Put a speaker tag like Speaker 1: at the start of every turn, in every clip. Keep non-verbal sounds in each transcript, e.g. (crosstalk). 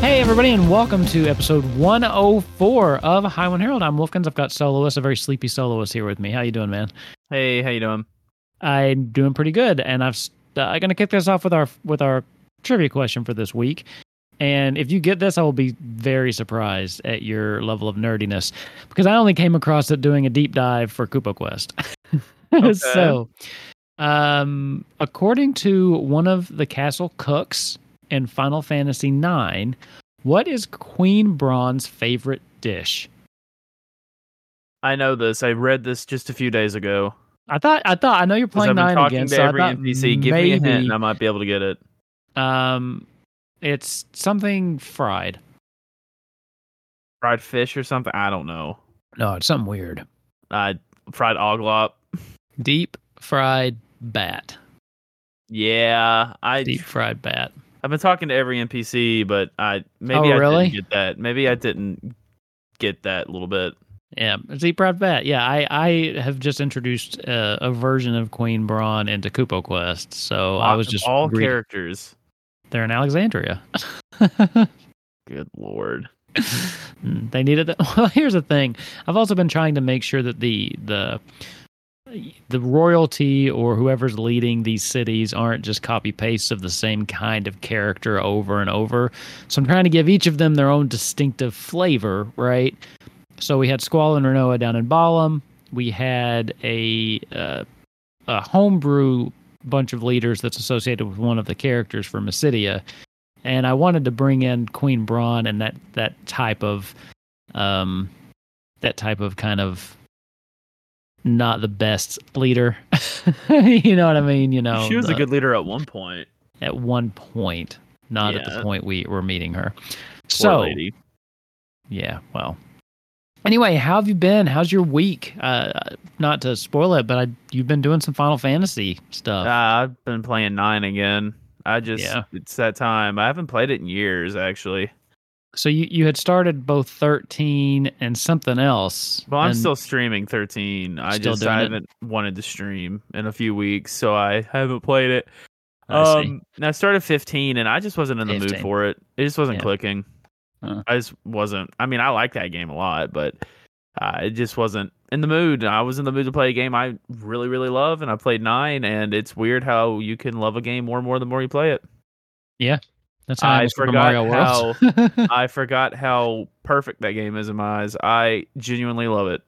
Speaker 1: Hey, everybody, and welcome to episode 104 of Highland Herald. I'm Wolfkins. I've got Soloist, a very sleepy Soloist here with me. How you doing, man?
Speaker 2: Hey, how you doing?
Speaker 1: I'm doing pretty good, and I've s- uh, I'm gonna kick this off with our with our trivia question for this week. And if you get this, I will be very surprised at your level of nerdiness because I only came across it doing a deep dive for Koopa Quest. (laughs) so, um, according to one of the castle cooks in Final Fantasy IX, what is Queen Braun's favorite dish?
Speaker 2: I know this. I read this just a few days ago.
Speaker 1: I thought I thought I know you're
Speaker 2: 'Cause
Speaker 1: playing
Speaker 2: I've been
Speaker 1: nine
Speaker 2: talking
Speaker 1: again,
Speaker 2: to
Speaker 1: so I
Speaker 2: every
Speaker 1: thought
Speaker 2: NPC. Give me
Speaker 1: maybe
Speaker 2: a hint and I might be able to get it.
Speaker 1: Um, it's something fried.
Speaker 2: Fried fish or something? I don't know.
Speaker 1: No, it's something weird.
Speaker 2: I fried oglop.
Speaker 1: Deep fried bat.
Speaker 2: Yeah, I
Speaker 1: Deep fried bat.
Speaker 2: I've been talking to every NPC, but I maybe
Speaker 1: Oh,
Speaker 2: I
Speaker 1: really?
Speaker 2: didn't get that. Maybe I didn't get that little bit.
Speaker 1: Yeah, it's deep fried bat. Yeah, I I have just introduced uh, a version of Queen Brawn into Kupo Quest, so I
Speaker 2: Lot
Speaker 1: was
Speaker 2: of
Speaker 1: just
Speaker 2: all
Speaker 1: reading-
Speaker 2: characters.
Speaker 1: They're in Alexandria. (laughs)
Speaker 2: Good lord.
Speaker 1: Mm, they needed that. (laughs) Well, here's the thing. I've also been trying to make sure that the the the royalty or whoever's leading these cities aren't just copy pastes of the same kind of character over and over. So I'm trying to give each of them their own distinctive flavor, right? So we had Squall and Renoa down in Balam. We had a uh, a homebrew bunch of leaders that's associated with one of the characters from Acidia and I wanted to bring in Queen Braun and that that type of um that type of kind of not the best leader. (laughs) you know what I mean? You know,
Speaker 2: she was
Speaker 1: the-
Speaker 2: a good leader at one point.
Speaker 1: at one point, not at
Speaker 2: Yeah.
Speaker 1: the point we were meeting her.
Speaker 2: Poor
Speaker 1: So
Speaker 2: lady.
Speaker 1: yeah, well. Anyway, how have you been? How's your week? Uh, not to spoil it, but I, you've been doing some Final Fantasy stuff.
Speaker 2: Uh, I've been playing nine again. I just
Speaker 1: Yeah.
Speaker 2: it's that time. I haven't played it in years actually.
Speaker 1: so you, you had started both thirteen and something else.
Speaker 2: Well, I'm
Speaker 1: and-
Speaker 2: still streaming 13. I
Speaker 1: Still
Speaker 2: just
Speaker 1: doing
Speaker 2: I
Speaker 1: it?
Speaker 2: haven't wanted to stream in a few weeks, so I haven't played it.
Speaker 1: I see.
Speaker 2: um, and I started 15, and I just wasn't in the mood
Speaker 1: 15.
Speaker 2: for it. It just wasn't
Speaker 1: Yeah.
Speaker 2: clicking.
Speaker 1: Huh.
Speaker 2: I just wasn't. I mean, I like that game a lot, but uh, it just wasn't in the mood. I was in the mood to play a game I really, really love, and I played nine. And it's weird how you can love a game more and more the more you play it.
Speaker 1: That's how I,
Speaker 2: I
Speaker 1: was Super
Speaker 2: forgot
Speaker 1: Mario World. (laughs)
Speaker 2: I forgot how perfect that game is in my eyes. I genuinely love it.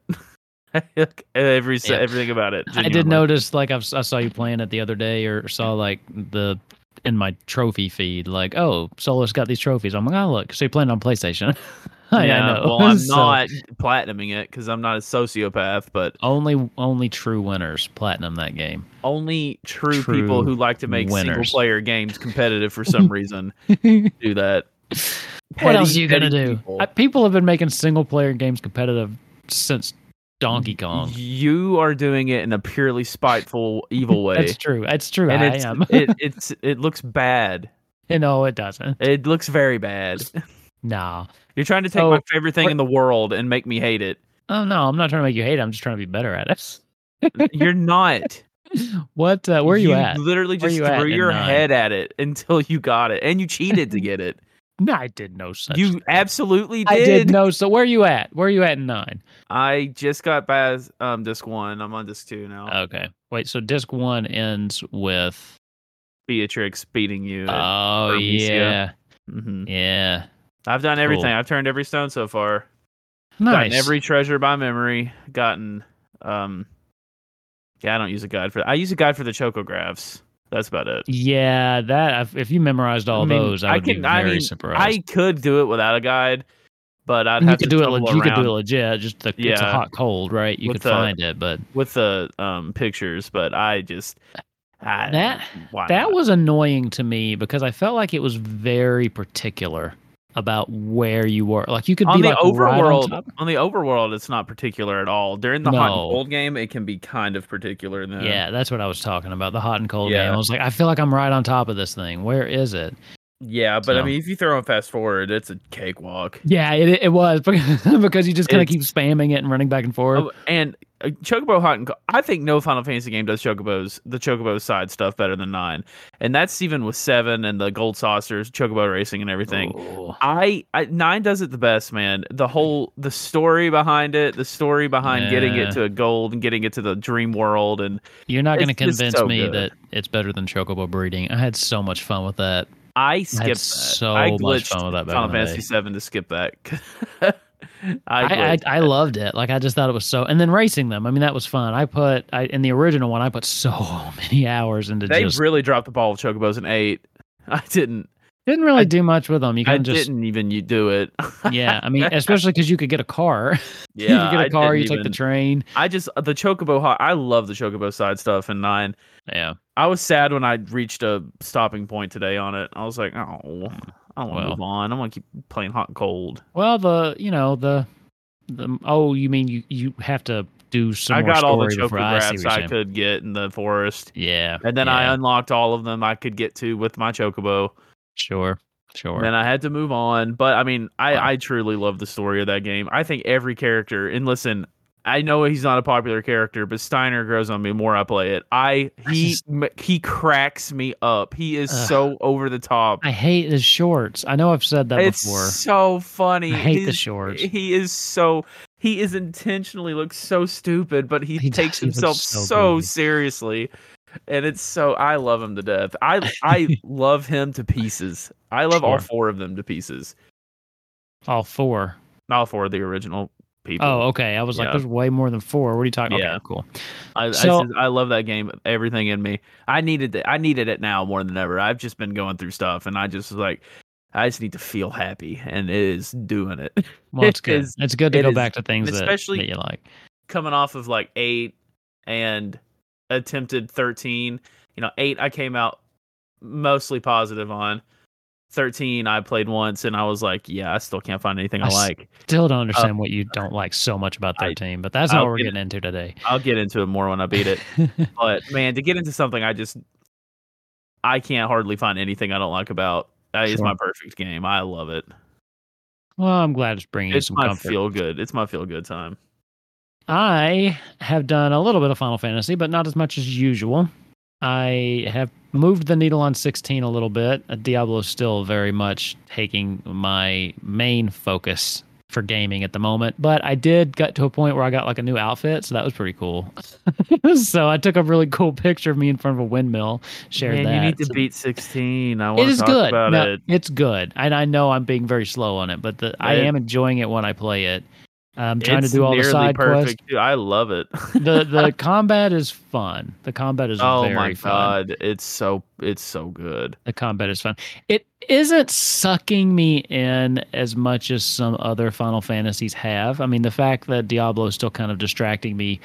Speaker 2: (laughs) Every se-
Speaker 1: Yeah.
Speaker 2: everything about it.
Speaker 1: I did
Speaker 2: genuinely.
Speaker 1: notice, like, I've, I saw you playing it the other day, or saw like the in my trophy feed, like, oh, Solus got these trophies. I'm like, oh, look, so you're playing on PlayStation. (laughs) (laughs) I- I
Speaker 2: Yeah,
Speaker 1: know. (laughs)
Speaker 2: Well, I'm
Speaker 1: So,
Speaker 2: not platinuming it because I'm not a sociopath, but
Speaker 1: Only, only true winners platinum that game.
Speaker 2: only true,
Speaker 1: True
Speaker 2: people who like to make single
Speaker 1: winners.
Speaker 2: player games competitive for some
Speaker 1: (laughs)
Speaker 2: reason do that.
Speaker 1: what
Speaker 2: Petty-
Speaker 1: else are you gonna
Speaker 2: petty
Speaker 1: do?
Speaker 2: people.
Speaker 1: People. people have been making single player games competitive since Donkey Kong.
Speaker 2: You are doing it in a purely spiteful, evil way.
Speaker 1: That's true. That's true.
Speaker 2: and
Speaker 1: I
Speaker 2: it's,
Speaker 1: (laughs) am.
Speaker 2: it, it's it looks bad.
Speaker 1: no, it doesn't.
Speaker 2: It looks very bad.
Speaker 1: No.
Speaker 2: You're trying to take
Speaker 1: So-
Speaker 2: my favorite thing in the world and make me hate
Speaker 1: (laughs)
Speaker 2: it.
Speaker 1: Oh no, I'm not trying to make you hate. it. I'm just trying to be better at it. (laughs)
Speaker 2: You're not.
Speaker 1: What? Uh, where are you, at?
Speaker 2: Literally
Speaker 1: Where
Speaker 2: just
Speaker 1: you at
Speaker 2: threw
Speaker 1: in
Speaker 2: your
Speaker 1: nine?
Speaker 2: head at it until you got it, and you cheated to get
Speaker 1: (laughs)
Speaker 2: it.
Speaker 1: No, I did no such.
Speaker 2: you absolutely did.
Speaker 1: I did know. So where are you at? Where are you at in nine?
Speaker 2: I just got past um, disc one. I'm on disc two now.
Speaker 1: Okay. Wait. So disc one ends with.
Speaker 2: Beatrix beating you.
Speaker 1: Oh yeah,
Speaker 2: Hermesia. hmm
Speaker 1: yeah.
Speaker 2: I've done everything.
Speaker 1: Cool.
Speaker 2: I've turned every stone so far.
Speaker 1: Nice.
Speaker 2: Gotten every treasure by memory. Gotten. Um, yeah, I don't use a guide for. I use a guide for the chocographs. That's about it.
Speaker 1: yeah, that if- if you memorized all
Speaker 2: I mean,
Speaker 1: those, I
Speaker 2: I
Speaker 1: would be
Speaker 2: can- I
Speaker 1: very
Speaker 2: mean,
Speaker 1: surprised.
Speaker 2: I could do it without a guide, but I'd
Speaker 1: you
Speaker 2: have to
Speaker 1: could do it.
Speaker 2: stumble
Speaker 1: leg- You could do it
Speaker 2: around
Speaker 1: legit. Just the, it's a
Speaker 2: Yeah.
Speaker 1: hot cold, right? You
Speaker 2: With
Speaker 1: could
Speaker 2: the-
Speaker 1: find it, but
Speaker 2: with the um, pictures. But I just I,
Speaker 1: That-
Speaker 2: why
Speaker 1: that
Speaker 2: not?
Speaker 1: was annoying to me because I felt like it was very particular. about where you were. Like you could
Speaker 2: on
Speaker 1: be
Speaker 2: the
Speaker 1: like right
Speaker 2: overworld,
Speaker 1: on
Speaker 2: on,
Speaker 1: top.
Speaker 2: the overworld, it's not particular at all. During the hot and
Speaker 1: No.
Speaker 2: cold game, it can be kind of particular. Though.
Speaker 1: Yeah, that's what I was talking about. The hot and cold
Speaker 2: Yeah.
Speaker 1: game. I was like, I feel like I'm right on top of this thing. Where is it?
Speaker 2: yeah, but I
Speaker 1: So.
Speaker 2: mean, if you throw in fast forward, it's a cakewalk.
Speaker 1: Yeah, it, it
Speaker 2: (laughs)
Speaker 1: was because, because you just kind of
Speaker 2: It's-
Speaker 1: keep spamming it and running back and forth.
Speaker 2: Oh, and uh, Chocobo Hot and Co- I think no Final Fantasy game does Chocobos the Chocobo side stuff better than nine, and that's even with seven and the gold saucers, Chocobo racing, and everything.
Speaker 1: Ooh.
Speaker 2: I, I nine does it the best, man. The whole the story behind it, the story behind getting
Speaker 1: Yeah.
Speaker 2: it to a gold and getting it to the dream world, and
Speaker 1: You're not going to
Speaker 2: It's just
Speaker 1: convince
Speaker 2: so
Speaker 1: me
Speaker 2: good.
Speaker 1: that it's better than Chocobo breeding. I had so much fun with that.
Speaker 2: I
Speaker 1: I
Speaker 2: skipped
Speaker 1: had
Speaker 2: that.
Speaker 1: so
Speaker 2: I
Speaker 1: much
Speaker 2: glitched
Speaker 1: fun with that back
Speaker 2: Final
Speaker 1: in the
Speaker 2: Fantasy
Speaker 1: day.
Speaker 2: Seven to skip that. (laughs) I,
Speaker 1: I, I,
Speaker 2: glitched.
Speaker 1: I loved it. Like I just thought it was so. And then racing them. I mean, that was fun. I put I, in the original one. I put so (laughs) many hours into
Speaker 2: they
Speaker 1: just
Speaker 2: really dropped the ball with Chocobos in eight. (laughs) I didn't.
Speaker 1: didn't really
Speaker 2: I-
Speaker 1: do much with them. You
Speaker 2: I
Speaker 1: can just
Speaker 2: didn't even you do
Speaker 1: (laughs)
Speaker 2: it. (laughs)
Speaker 1: yeah. I mean, especially because you could get a car. (laughs)
Speaker 2: yeah,
Speaker 1: you could
Speaker 2: I
Speaker 1: get a car.
Speaker 2: didn't
Speaker 1: You take
Speaker 2: even-
Speaker 1: the train.
Speaker 2: I just the chocobo hot. I love the chocobo side stuff in nine.
Speaker 1: Yeah.
Speaker 2: I was sad when I reached a stopping point today on it. I was like, oh, I want to
Speaker 1: Well.
Speaker 2: move on. I want to keep playing hot and cold.
Speaker 1: Well, the you know the the oh you mean you you have to do some.
Speaker 2: I
Speaker 1: more
Speaker 2: got all the
Speaker 1: story
Speaker 2: choco
Speaker 1: before I see what
Speaker 2: graphs
Speaker 1: you're
Speaker 2: I,
Speaker 1: saying.
Speaker 2: could get in the forest,
Speaker 1: Yeah.
Speaker 2: and then
Speaker 1: yeah,
Speaker 2: I unlocked all of them I could get to with my chocobo.
Speaker 1: sure sure.
Speaker 2: And Then I had to move on. But I mean, I
Speaker 1: Wow.
Speaker 2: I truly love the story of that game. I think every character. And listen. I know he's not a popular character, but Steiner grows on me the more I play it. I
Speaker 1: I
Speaker 2: he
Speaker 1: just-
Speaker 2: m he cracks me up. He is
Speaker 1: Ugh.
Speaker 2: so over the top.
Speaker 1: I hate his shorts. I know I've said that
Speaker 2: it's
Speaker 1: before.
Speaker 2: so funny.
Speaker 1: I hate the
Speaker 2: His-
Speaker 1: shorts.
Speaker 2: He is so he is intentionally looks so stupid, but he,
Speaker 1: He does,
Speaker 2: takes
Speaker 1: he looks
Speaker 2: himself
Speaker 1: so
Speaker 2: so,
Speaker 1: goofy.
Speaker 2: seriously. And it's so I love him to death. I
Speaker 1: (laughs)
Speaker 2: I love him to pieces. I love all
Speaker 1: Sure.
Speaker 2: four of them to pieces.
Speaker 1: All four.
Speaker 2: All four of the original people.
Speaker 1: Oh, okay. I was like,
Speaker 2: Yeah.
Speaker 1: there's way more than four. What are you talking?
Speaker 2: Yeah.
Speaker 1: Okay, cool.
Speaker 2: I,
Speaker 1: so-
Speaker 2: I, just- I love that game. Everything in me. I needed it. I needed it now more than ever. I've just been going through stuff, and I just was like, I just need to feel happy, and it is doing it. (laughs)
Speaker 1: Well, it's
Speaker 2: It
Speaker 1: good.
Speaker 2: is-
Speaker 1: it's good to
Speaker 2: it
Speaker 1: go
Speaker 2: is-
Speaker 1: back to things that,
Speaker 2: especially-
Speaker 1: that you like.
Speaker 2: coming off of like eight and attempted 13 you know eight i came out mostly positive on 13 i played once and i was like yeah i still can't find anything
Speaker 1: I
Speaker 2: i
Speaker 1: s-
Speaker 2: like
Speaker 1: Still don't understand what you don't like so much about
Speaker 2: Oh, I-
Speaker 1: 13, but that's not
Speaker 2: I'll
Speaker 1: what we're
Speaker 2: get
Speaker 1: getting into today.
Speaker 2: i'll get into it more when i beat it but man to get into something i just i can't hardly find anything i don't like about that is
Speaker 1: Sure.
Speaker 2: my perfect game i love it
Speaker 1: (laughs) well, I'm glad it's bringing
Speaker 2: it's
Speaker 1: you some
Speaker 2: my
Speaker 1: comfort.
Speaker 2: feel good it's my feel good time
Speaker 1: I have done a little bit of Final Fantasy, but not as much as usual. I have moved the needle on 16 a little bit. Uh, Diablo is still very much taking my main focus for gaming at the moment, but I did get to a point where I got like a new outfit, so that was pretty cool. (laughs) so I took a really cool picture of me in front of a windmill, shared
Speaker 2: man
Speaker 1: that.
Speaker 2: you need to
Speaker 1: So-
Speaker 2: beat 16 i
Speaker 1: it
Speaker 2: want to
Speaker 1: is
Speaker 2: talk
Speaker 1: good.
Speaker 2: about
Speaker 1: No,
Speaker 2: it
Speaker 1: It's good, and I know I'm being very slow on it, but the, I
Speaker 2: It-
Speaker 1: am enjoying it when I play it. I'm trying
Speaker 2: it's
Speaker 1: to do all the
Speaker 2: nearly
Speaker 1: side quests
Speaker 2: perfect too. i love
Speaker 1: (laughs)
Speaker 2: it
Speaker 1: the
Speaker 2: (laughs)
Speaker 1: the combat is fun. The combat is
Speaker 2: oh
Speaker 1: very
Speaker 2: my
Speaker 1: fun.
Speaker 2: god it's so it's so good
Speaker 1: The combat is fun. It isn't sucking me in as much as some other Final Fantasies have. I mean, the fact that Diablo is still kind of distracting me,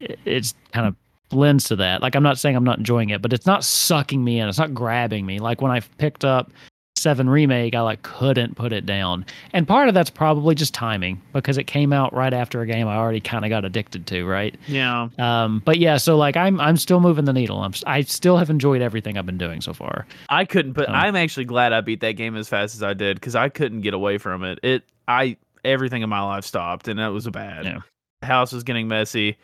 Speaker 1: i- it's kind of lends to that. Like I'm not saying I'm not enjoying it, but it's not sucking me in. It's not grabbing me. Like when I picked up 7 remake, I like couldn't put it down. And part of that's probably just timing because it came out right after a game I already kind of got addicted to, right?
Speaker 2: yeah
Speaker 1: Um, but yeah, so like I'm I'm still moving the needle. I'm s- I still have enjoyed everything I've been doing so far.
Speaker 2: i couldn't but
Speaker 1: Um,
Speaker 2: i'm actually glad i beat that game as fast as i did because i couldn't get away from it it i everything in my life stopped and that was bad
Speaker 1: Yeah.
Speaker 2: the house was getting messy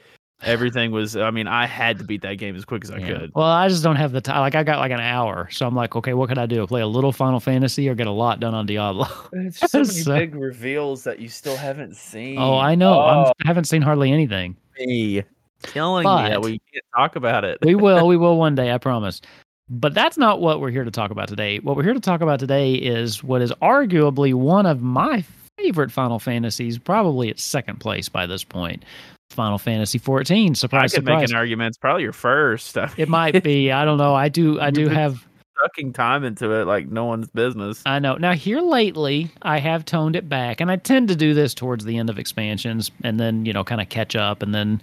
Speaker 2: everything was i mean i had to beat that game as quick as i
Speaker 1: Yeah.
Speaker 2: could
Speaker 1: Well, I just don't have the time. Like I got like an hour, so I'm like, okay, what could I do? Play a little Final Fantasy or get a lot done on Diablo? (laughs)
Speaker 2: it's
Speaker 1: so many So- big
Speaker 2: reveals that you still haven't seen
Speaker 1: oh, I know. I'm, I haven't seen hardly anything.
Speaker 2: me killing
Speaker 1: me
Speaker 2: me
Speaker 1: that But-
Speaker 2: we can't talk about it
Speaker 1: We will. we will one day. I promise. But that's not what we're here to talk about today. What we're here to talk about today is what is arguably one of my favorite Final Fantasies, probably at second place by this point. Final Fantasy 14.
Speaker 2: i
Speaker 1: Surprise,
Speaker 2: could
Speaker 1: surprise.
Speaker 2: make an argument it's probably your first (laughs) i'm
Speaker 1: it might be. I don't know. I do. I do
Speaker 2: You've been
Speaker 1: have
Speaker 2: sucking time into it like no one's business
Speaker 1: I know. Now here lately, I have toned it back, and I tend to do this towards the end of expansions, and then you know, kind of catch up, and then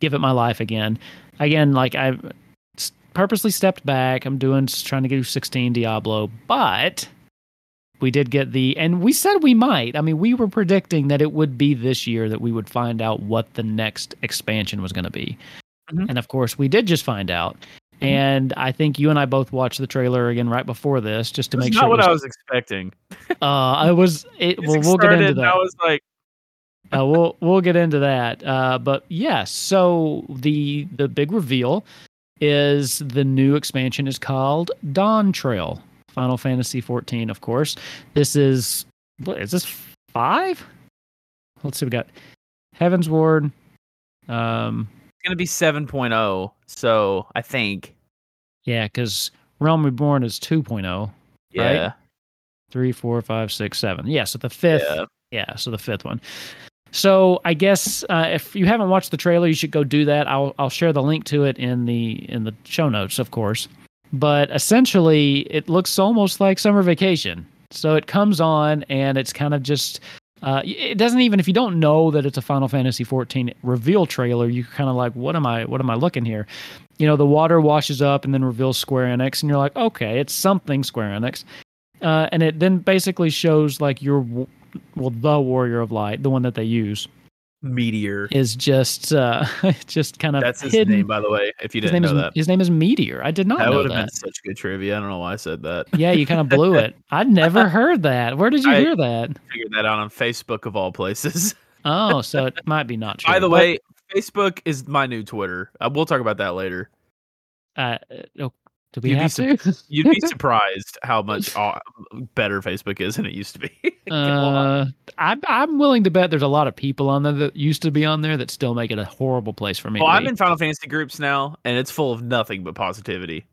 Speaker 1: give it my life again. Again, like I've s- purposely stepped back. I'm doing trying to do 16 Diablo, but we did get the and we said we might i mean we were predicting that it would be this year that we would find out what the next expansion was going to be
Speaker 2: Mhm.
Speaker 1: and of course we did just find out
Speaker 2: Mm-hmm.
Speaker 1: and i think you and i both watched the trailer again right before this just to
Speaker 2: That's
Speaker 1: make
Speaker 2: not
Speaker 1: sure
Speaker 2: what
Speaker 1: it
Speaker 2: I
Speaker 1: was,
Speaker 2: was expecting.
Speaker 1: uh, I was it, well,
Speaker 2: Music
Speaker 1: we'll get
Speaker 2: started,
Speaker 1: into
Speaker 2: and
Speaker 1: that
Speaker 2: I was like,
Speaker 1: uh, we'll we'll get into that. Uh, but yes, so the the big reveal is the new expansion is called Dawn Trail. Final Fantasy 14, of course. This is what is this five? Let's see, we got Heaven's Ward. Um,
Speaker 2: it's gonna be 7.0. So I think,
Speaker 1: yeah, because Realm Reborn is 2.0, Right?
Speaker 2: yeah,
Speaker 1: three, four, five, six, seven. Yeah, so the fifth
Speaker 2: yeah.
Speaker 1: Yeah, so the fifth one. So I guess uh, if you haven't watched the trailer, you should go do that. I'll I'll share the link to it in the in the show notes, of course. But essentially, it looks almost like summer vacation. So it comes on, and it's kind of just. Uh, it doesn't even if you don't know that it's a Final Fantasy 14 reveal trailer, you're kind of like, what am I? What am I looking here? You know, the water washes up and then reveals Square Enix, and you're like, okay, it's something Square Enix. Uh, and it then basically shows like your w- well the warrior of light the one that they use
Speaker 2: Meteor.
Speaker 1: is just uh (laughs) just kind of
Speaker 2: That's his
Speaker 1: hidden.
Speaker 2: name, by the way. If you
Speaker 1: his
Speaker 2: didn't
Speaker 1: name
Speaker 2: know
Speaker 1: is
Speaker 2: that,
Speaker 1: his name is meteor i did not
Speaker 2: that
Speaker 1: know
Speaker 2: would have
Speaker 1: that
Speaker 2: been such good trivia. I don't know why I said that.
Speaker 1: (laughs) yeah you kind of blew it
Speaker 2: (laughs)
Speaker 1: i'd never heard that where did you
Speaker 2: I-
Speaker 1: hear that
Speaker 2: Figured that out on Facebook of all places. (laughs)
Speaker 1: oh so it might be not true
Speaker 2: By the
Speaker 1: But,
Speaker 2: way, Facebook is my new Twitter. Uh, we'll talk about that later.
Speaker 1: uh, oh, do we
Speaker 2: You'd be
Speaker 1: have to
Speaker 2: You'd
Speaker 1: (laughs)
Speaker 2: be surprised how much aw- better Facebook is than it used to be. (laughs) Get along.
Speaker 1: uh, I'm I'm willing to bet there's a lot of people on there that used to be on there that still make it a horrible place for me.
Speaker 2: well,
Speaker 1: to
Speaker 2: I'm
Speaker 1: be.
Speaker 2: in Final Fantasy groups now, and it's full of nothing but positivity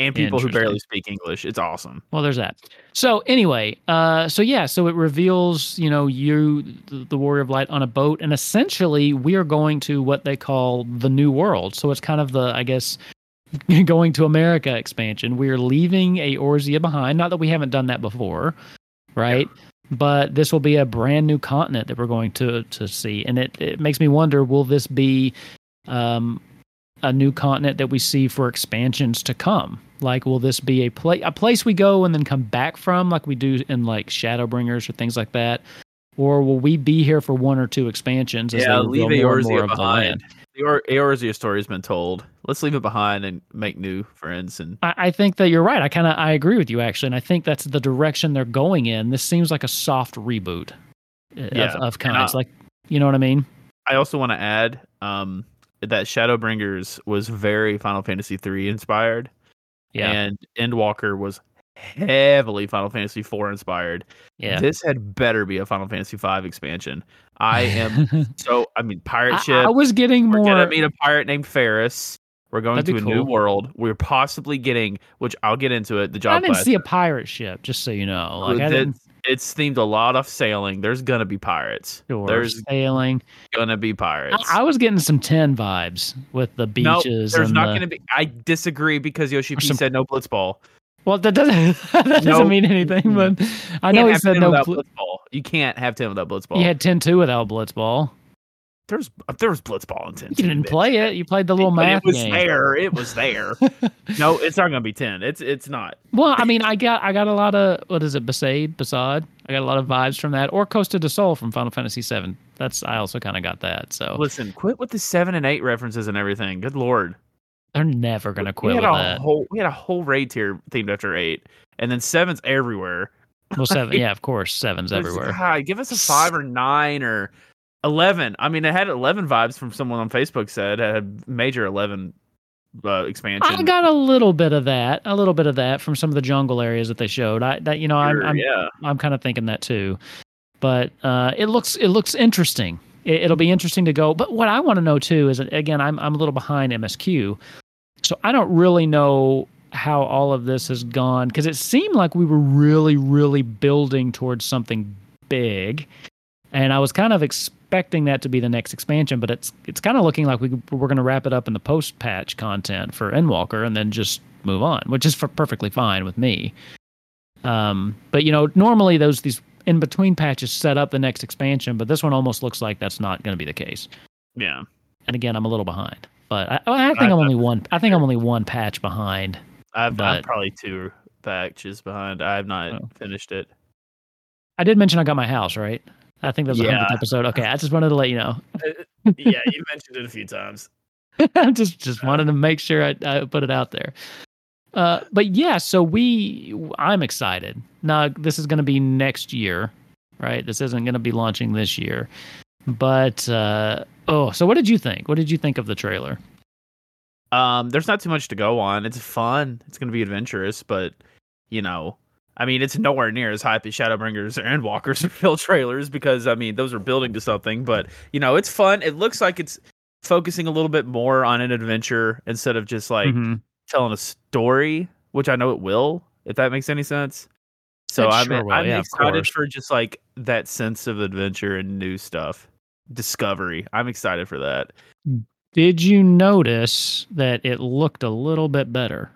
Speaker 2: and people who
Speaker 1: Interesting.
Speaker 2: barely speak English. It's awesome.
Speaker 1: Well, there's that. So anyway, uh, so yeah, so it reveals you know you the, the warrior of light on a boat, and essentially we are going to what they call the new world. So it's kind of the I guess (laughs) going to America expansion. We are leaving Eorzea behind. Not that we haven't done that before, right? But this will be a brand new continent that we're going to to see, and it it makes me wonder: will this be um, a new continent that we see for expansions to come? Like, will this be a place a place we go and then come back from, like we do in like Shadowbringers or things like that? Or will we be here for one or two expansions? As
Speaker 2: Yeah,
Speaker 1: they
Speaker 2: leave
Speaker 1: reveal more and
Speaker 2: Eorzea
Speaker 1: more of the
Speaker 2: behind.
Speaker 1: land?
Speaker 2: The Eor- Eorzea story has been told. Let's leave it behind and make new friends. And
Speaker 1: I, I think that you're right. I kind of I agree with you actually, and I think that's the direction they're going in. This seems like a soft reboot uh,
Speaker 2: Yeah,
Speaker 1: of, of kinds,
Speaker 2: I-
Speaker 1: like you know what I mean.
Speaker 2: I also want to add um, that Shadowbringers was very Final Fantasy III inspired.
Speaker 1: Yeah,
Speaker 2: And Endwalker was heavily Final Fantasy IV inspired.
Speaker 1: yeah.
Speaker 2: This had better be a Final Fantasy V expansion. I
Speaker 1: (laughs)
Speaker 2: am so I mean pirate
Speaker 1: I,
Speaker 2: ship.
Speaker 1: I was getting
Speaker 2: We're
Speaker 1: more.
Speaker 2: gonna meet a pirate named Ferris. We're going
Speaker 1: That'd
Speaker 2: to
Speaker 1: be
Speaker 2: a new
Speaker 1: cool.
Speaker 2: world. We're possibly getting, which I'll get into it. The job
Speaker 1: I didn't
Speaker 2: class.
Speaker 1: see a pirate ship, just so you know. Like I
Speaker 2: That-
Speaker 1: didn't.
Speaker 2: it's themed a lot of sailing. There's gonna be pirates.
Speaker 1: Sure,
Speaker 2: There's
Speaker 1: sailing.
Speaker 2: gonna be
Speaker 1: I,
Speaker 2: pirates.
Speaker 1: I was getting some ten vibes with the
Speaker 2: no,
Speaker 1: beaches.
Speaker 2: there's
Speaker 1: and
Speaker 2: not
Speaker 1: the-
Speaker 2: gonna be. I disagree because Yoshi P
Speaker 1: some-
Speaker 2: said no blitzball.
Speaker 1: Well, that doesn't (laughs) that doesn't
Speaker 2: No. Mm-hmm.
Speaker 1: mean anything, but I
Speaker 2: You
Speaker 1: know
Speaker 2: can't
Speaker 1: he
Speaker 2: have
Speaker 1: said
Speaker 2: 10
Speaker 1: no.
Speaker 2: without
Speaker 1: bl-
Speaker 2: blitzball. You can't have ten without blitzball.
Speaker 1: you had 10-2 without blitzball.
Speaker 2: there's there was blitzball in ten.
Speaker 1: You didn't play it. You played the little
Speaker 2: but
Speaker 1: math
Speaker 2: it was
Speaker 1: game.
Speaker 2: there. It was
Speaker 1: (laughs)
Speaker 2: there. no, it's not gonna be ten. It's it's not.
Speaker 1: Well, I mean, I got I got a lot of what is it, Besaid, Besad? I got a lot of vibes from that, or Costa de Sol from Final Fantasy VII. That's I also kind of got that. So
Speaker 2: Listen, quit with the seven and eight references and everything. Good lord,
Speaker 1: they're never gonna quit
Speaker 2: we
Speaker 1: with
Speaker 2: had a
Speaker 1: that.
Speaker 2: whole we had a whole raid tier themed after eight, and then sevens everywhere.
Speaker 1: Well, seven, yeah, of course, sevens
Speaker 2: There's-
Speaker 1: everywhere.
Speaker 2: God, give us a five or nine or eleven. I mean, it had eleven vibes from someone on Facebook said it had major eleven uh, expansion.
Speaker 1: I got a little bit of that, a little bit of that from some of the jungle areas that they showed. I that you know I'm
Speaker 2: Sure,
Speaker 1: I'm,
Speaker 2: yeah,
Speaker 1: I'm kind of thinking that too, but uh, it looks it looks interesting. It, it'll be interesting to go. But what I want to know too is again I'm I'm a little behind MSQ, so I don't really know how all of this has gone because it seemed like we were really really building towards something big, and I was kind of expecting that to be the next expansion. But it's it's kind of looking like we we're going to wrap it up in the post patch content for Endwalker and then just move on, which is for perfectly fine with me. Um, but you know, normally those these in between patches set up the next expansion, but this one almost looks like that's not going to be the case.
Speaker 2: yeah.
Speaker 1: And again, I'm a little behind, but I, I think I'm only one. I think I'm only one patch behind.
Speaker 2: I've, I'm
Speaker 1: But-
Speaker 2: probably two patches behind. I have not
Speaker 1: Oh. (laughs)
Speaker 2: finished it.
Speaker 1: I did mention I got my house, right? I think that was the
Speaker 2: Yeah.
Speaker 1: 100th episode. Okay, I just wanted to let you know.
Speaker 2: yeah, you mentioned it a few times.
Speaker 1: (laughs) I just just wanted to make sure I, I put it out there. Uh, but yeah, so we I'm excited. Now this is going to be next year, right? This isn't going to be launching this year. But uh, oh, so what did you think? What did you think of the trailer?
Speaker 2: Um, there's not too much to go on. It's fun. It's gonna be adventurous, but you know, I mean, it's nowhere near as hype as Shadowbringers and Walkers (laughs) and Field trailers because I mean, those are building to something. But you know, it's fun. It looks like it's focusing a little bit more on an adventure instead of just like
Speaker 1: Mhm.
Speaker 2: telling a story, which I know it will, if that makes any sense. So
Speaker 1: It
Speaker 2: I'm,
Speaker 1: sure will,
Speaker 2: I'm
Speaker 1: yeah, of
Speaker 2: excited
Speaker 1: course.
Speaker 2: for just like that sense of adventure and new stuff, discovery. I'm excited for that.
Speaker 1: Did you notice that it looked a little bit better?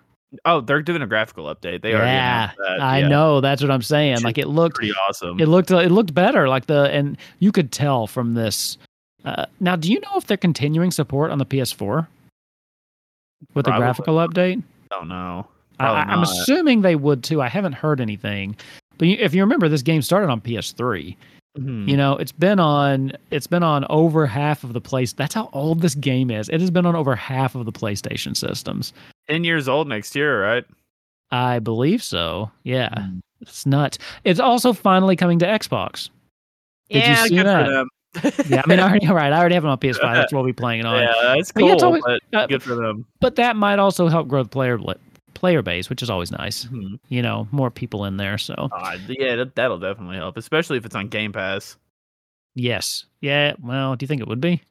Speaker 2: Oh, they're doing a graphical update. They already
Speaker 1: yeah,
Speaker 2: announced that.
Speaker 1: I
Speaker 2: Uh, Yeah,
Speaker 1: know. That's what I'm saying.
Speaker 2: Should
Speaker 1: Like it looked
Speaker 2: Pretty awesome.
Speaker 1: It looked it looked better, like the and you could tell from this. Uh, now, do you know if they're continuing support on the PS4 with the
Speaker 2: Probably.
Speaker 1: graphical update?
Speaker 2: I don't know.
Speaker 1: I, I-
Speaker 2: Probably
Speaker 1: I'm
Speaker 2: not.
Speaker 1: assuming they would too. I haven't heard anything, but you, if you remember, this game started on PS3.
Speaker 2: Mhm.
Speaker 1: You know, it's been on it's been on over half of the place. That's how old this game is. It has been on over half of the PlayStation systems.
Speaker 2: Ten years old next year, right?
Speaker 1: I believe so. Yeah,
Speaker 2: Mm.
Speaker 1: it's nuts. It's also finally coming to Xbox. Did you
Speaker 2: yeah,
Speaker 1: see
Speaker 2: good
Speaker 1: that?
Speaker 2: for them.
Speaker 1: yeah, I
Speaker 2: (laughs)
Speaker 1: mean, (laughs) I already all right. I already have it on PS5. That's what we'll be playing it on.
Speaker 2: yeah, that's
Speaker 1: But yeah,
Speaker 2: cool.
Speaker 1: it's always-
Speaker 2: but
Speaker 1: uh,
Speaker 2: good for them.
Speaker 1: But that might also help grow the player bl- player base, which is always nice.
Speaker 2: Mhm.
Speaker 1: You know, more people in there. So
Speaker 2: Ah, yeah, that, that'll definitely help, especially if it's on Game Pass.
Speaker 1: yes, yeah. Well, do you think it would be?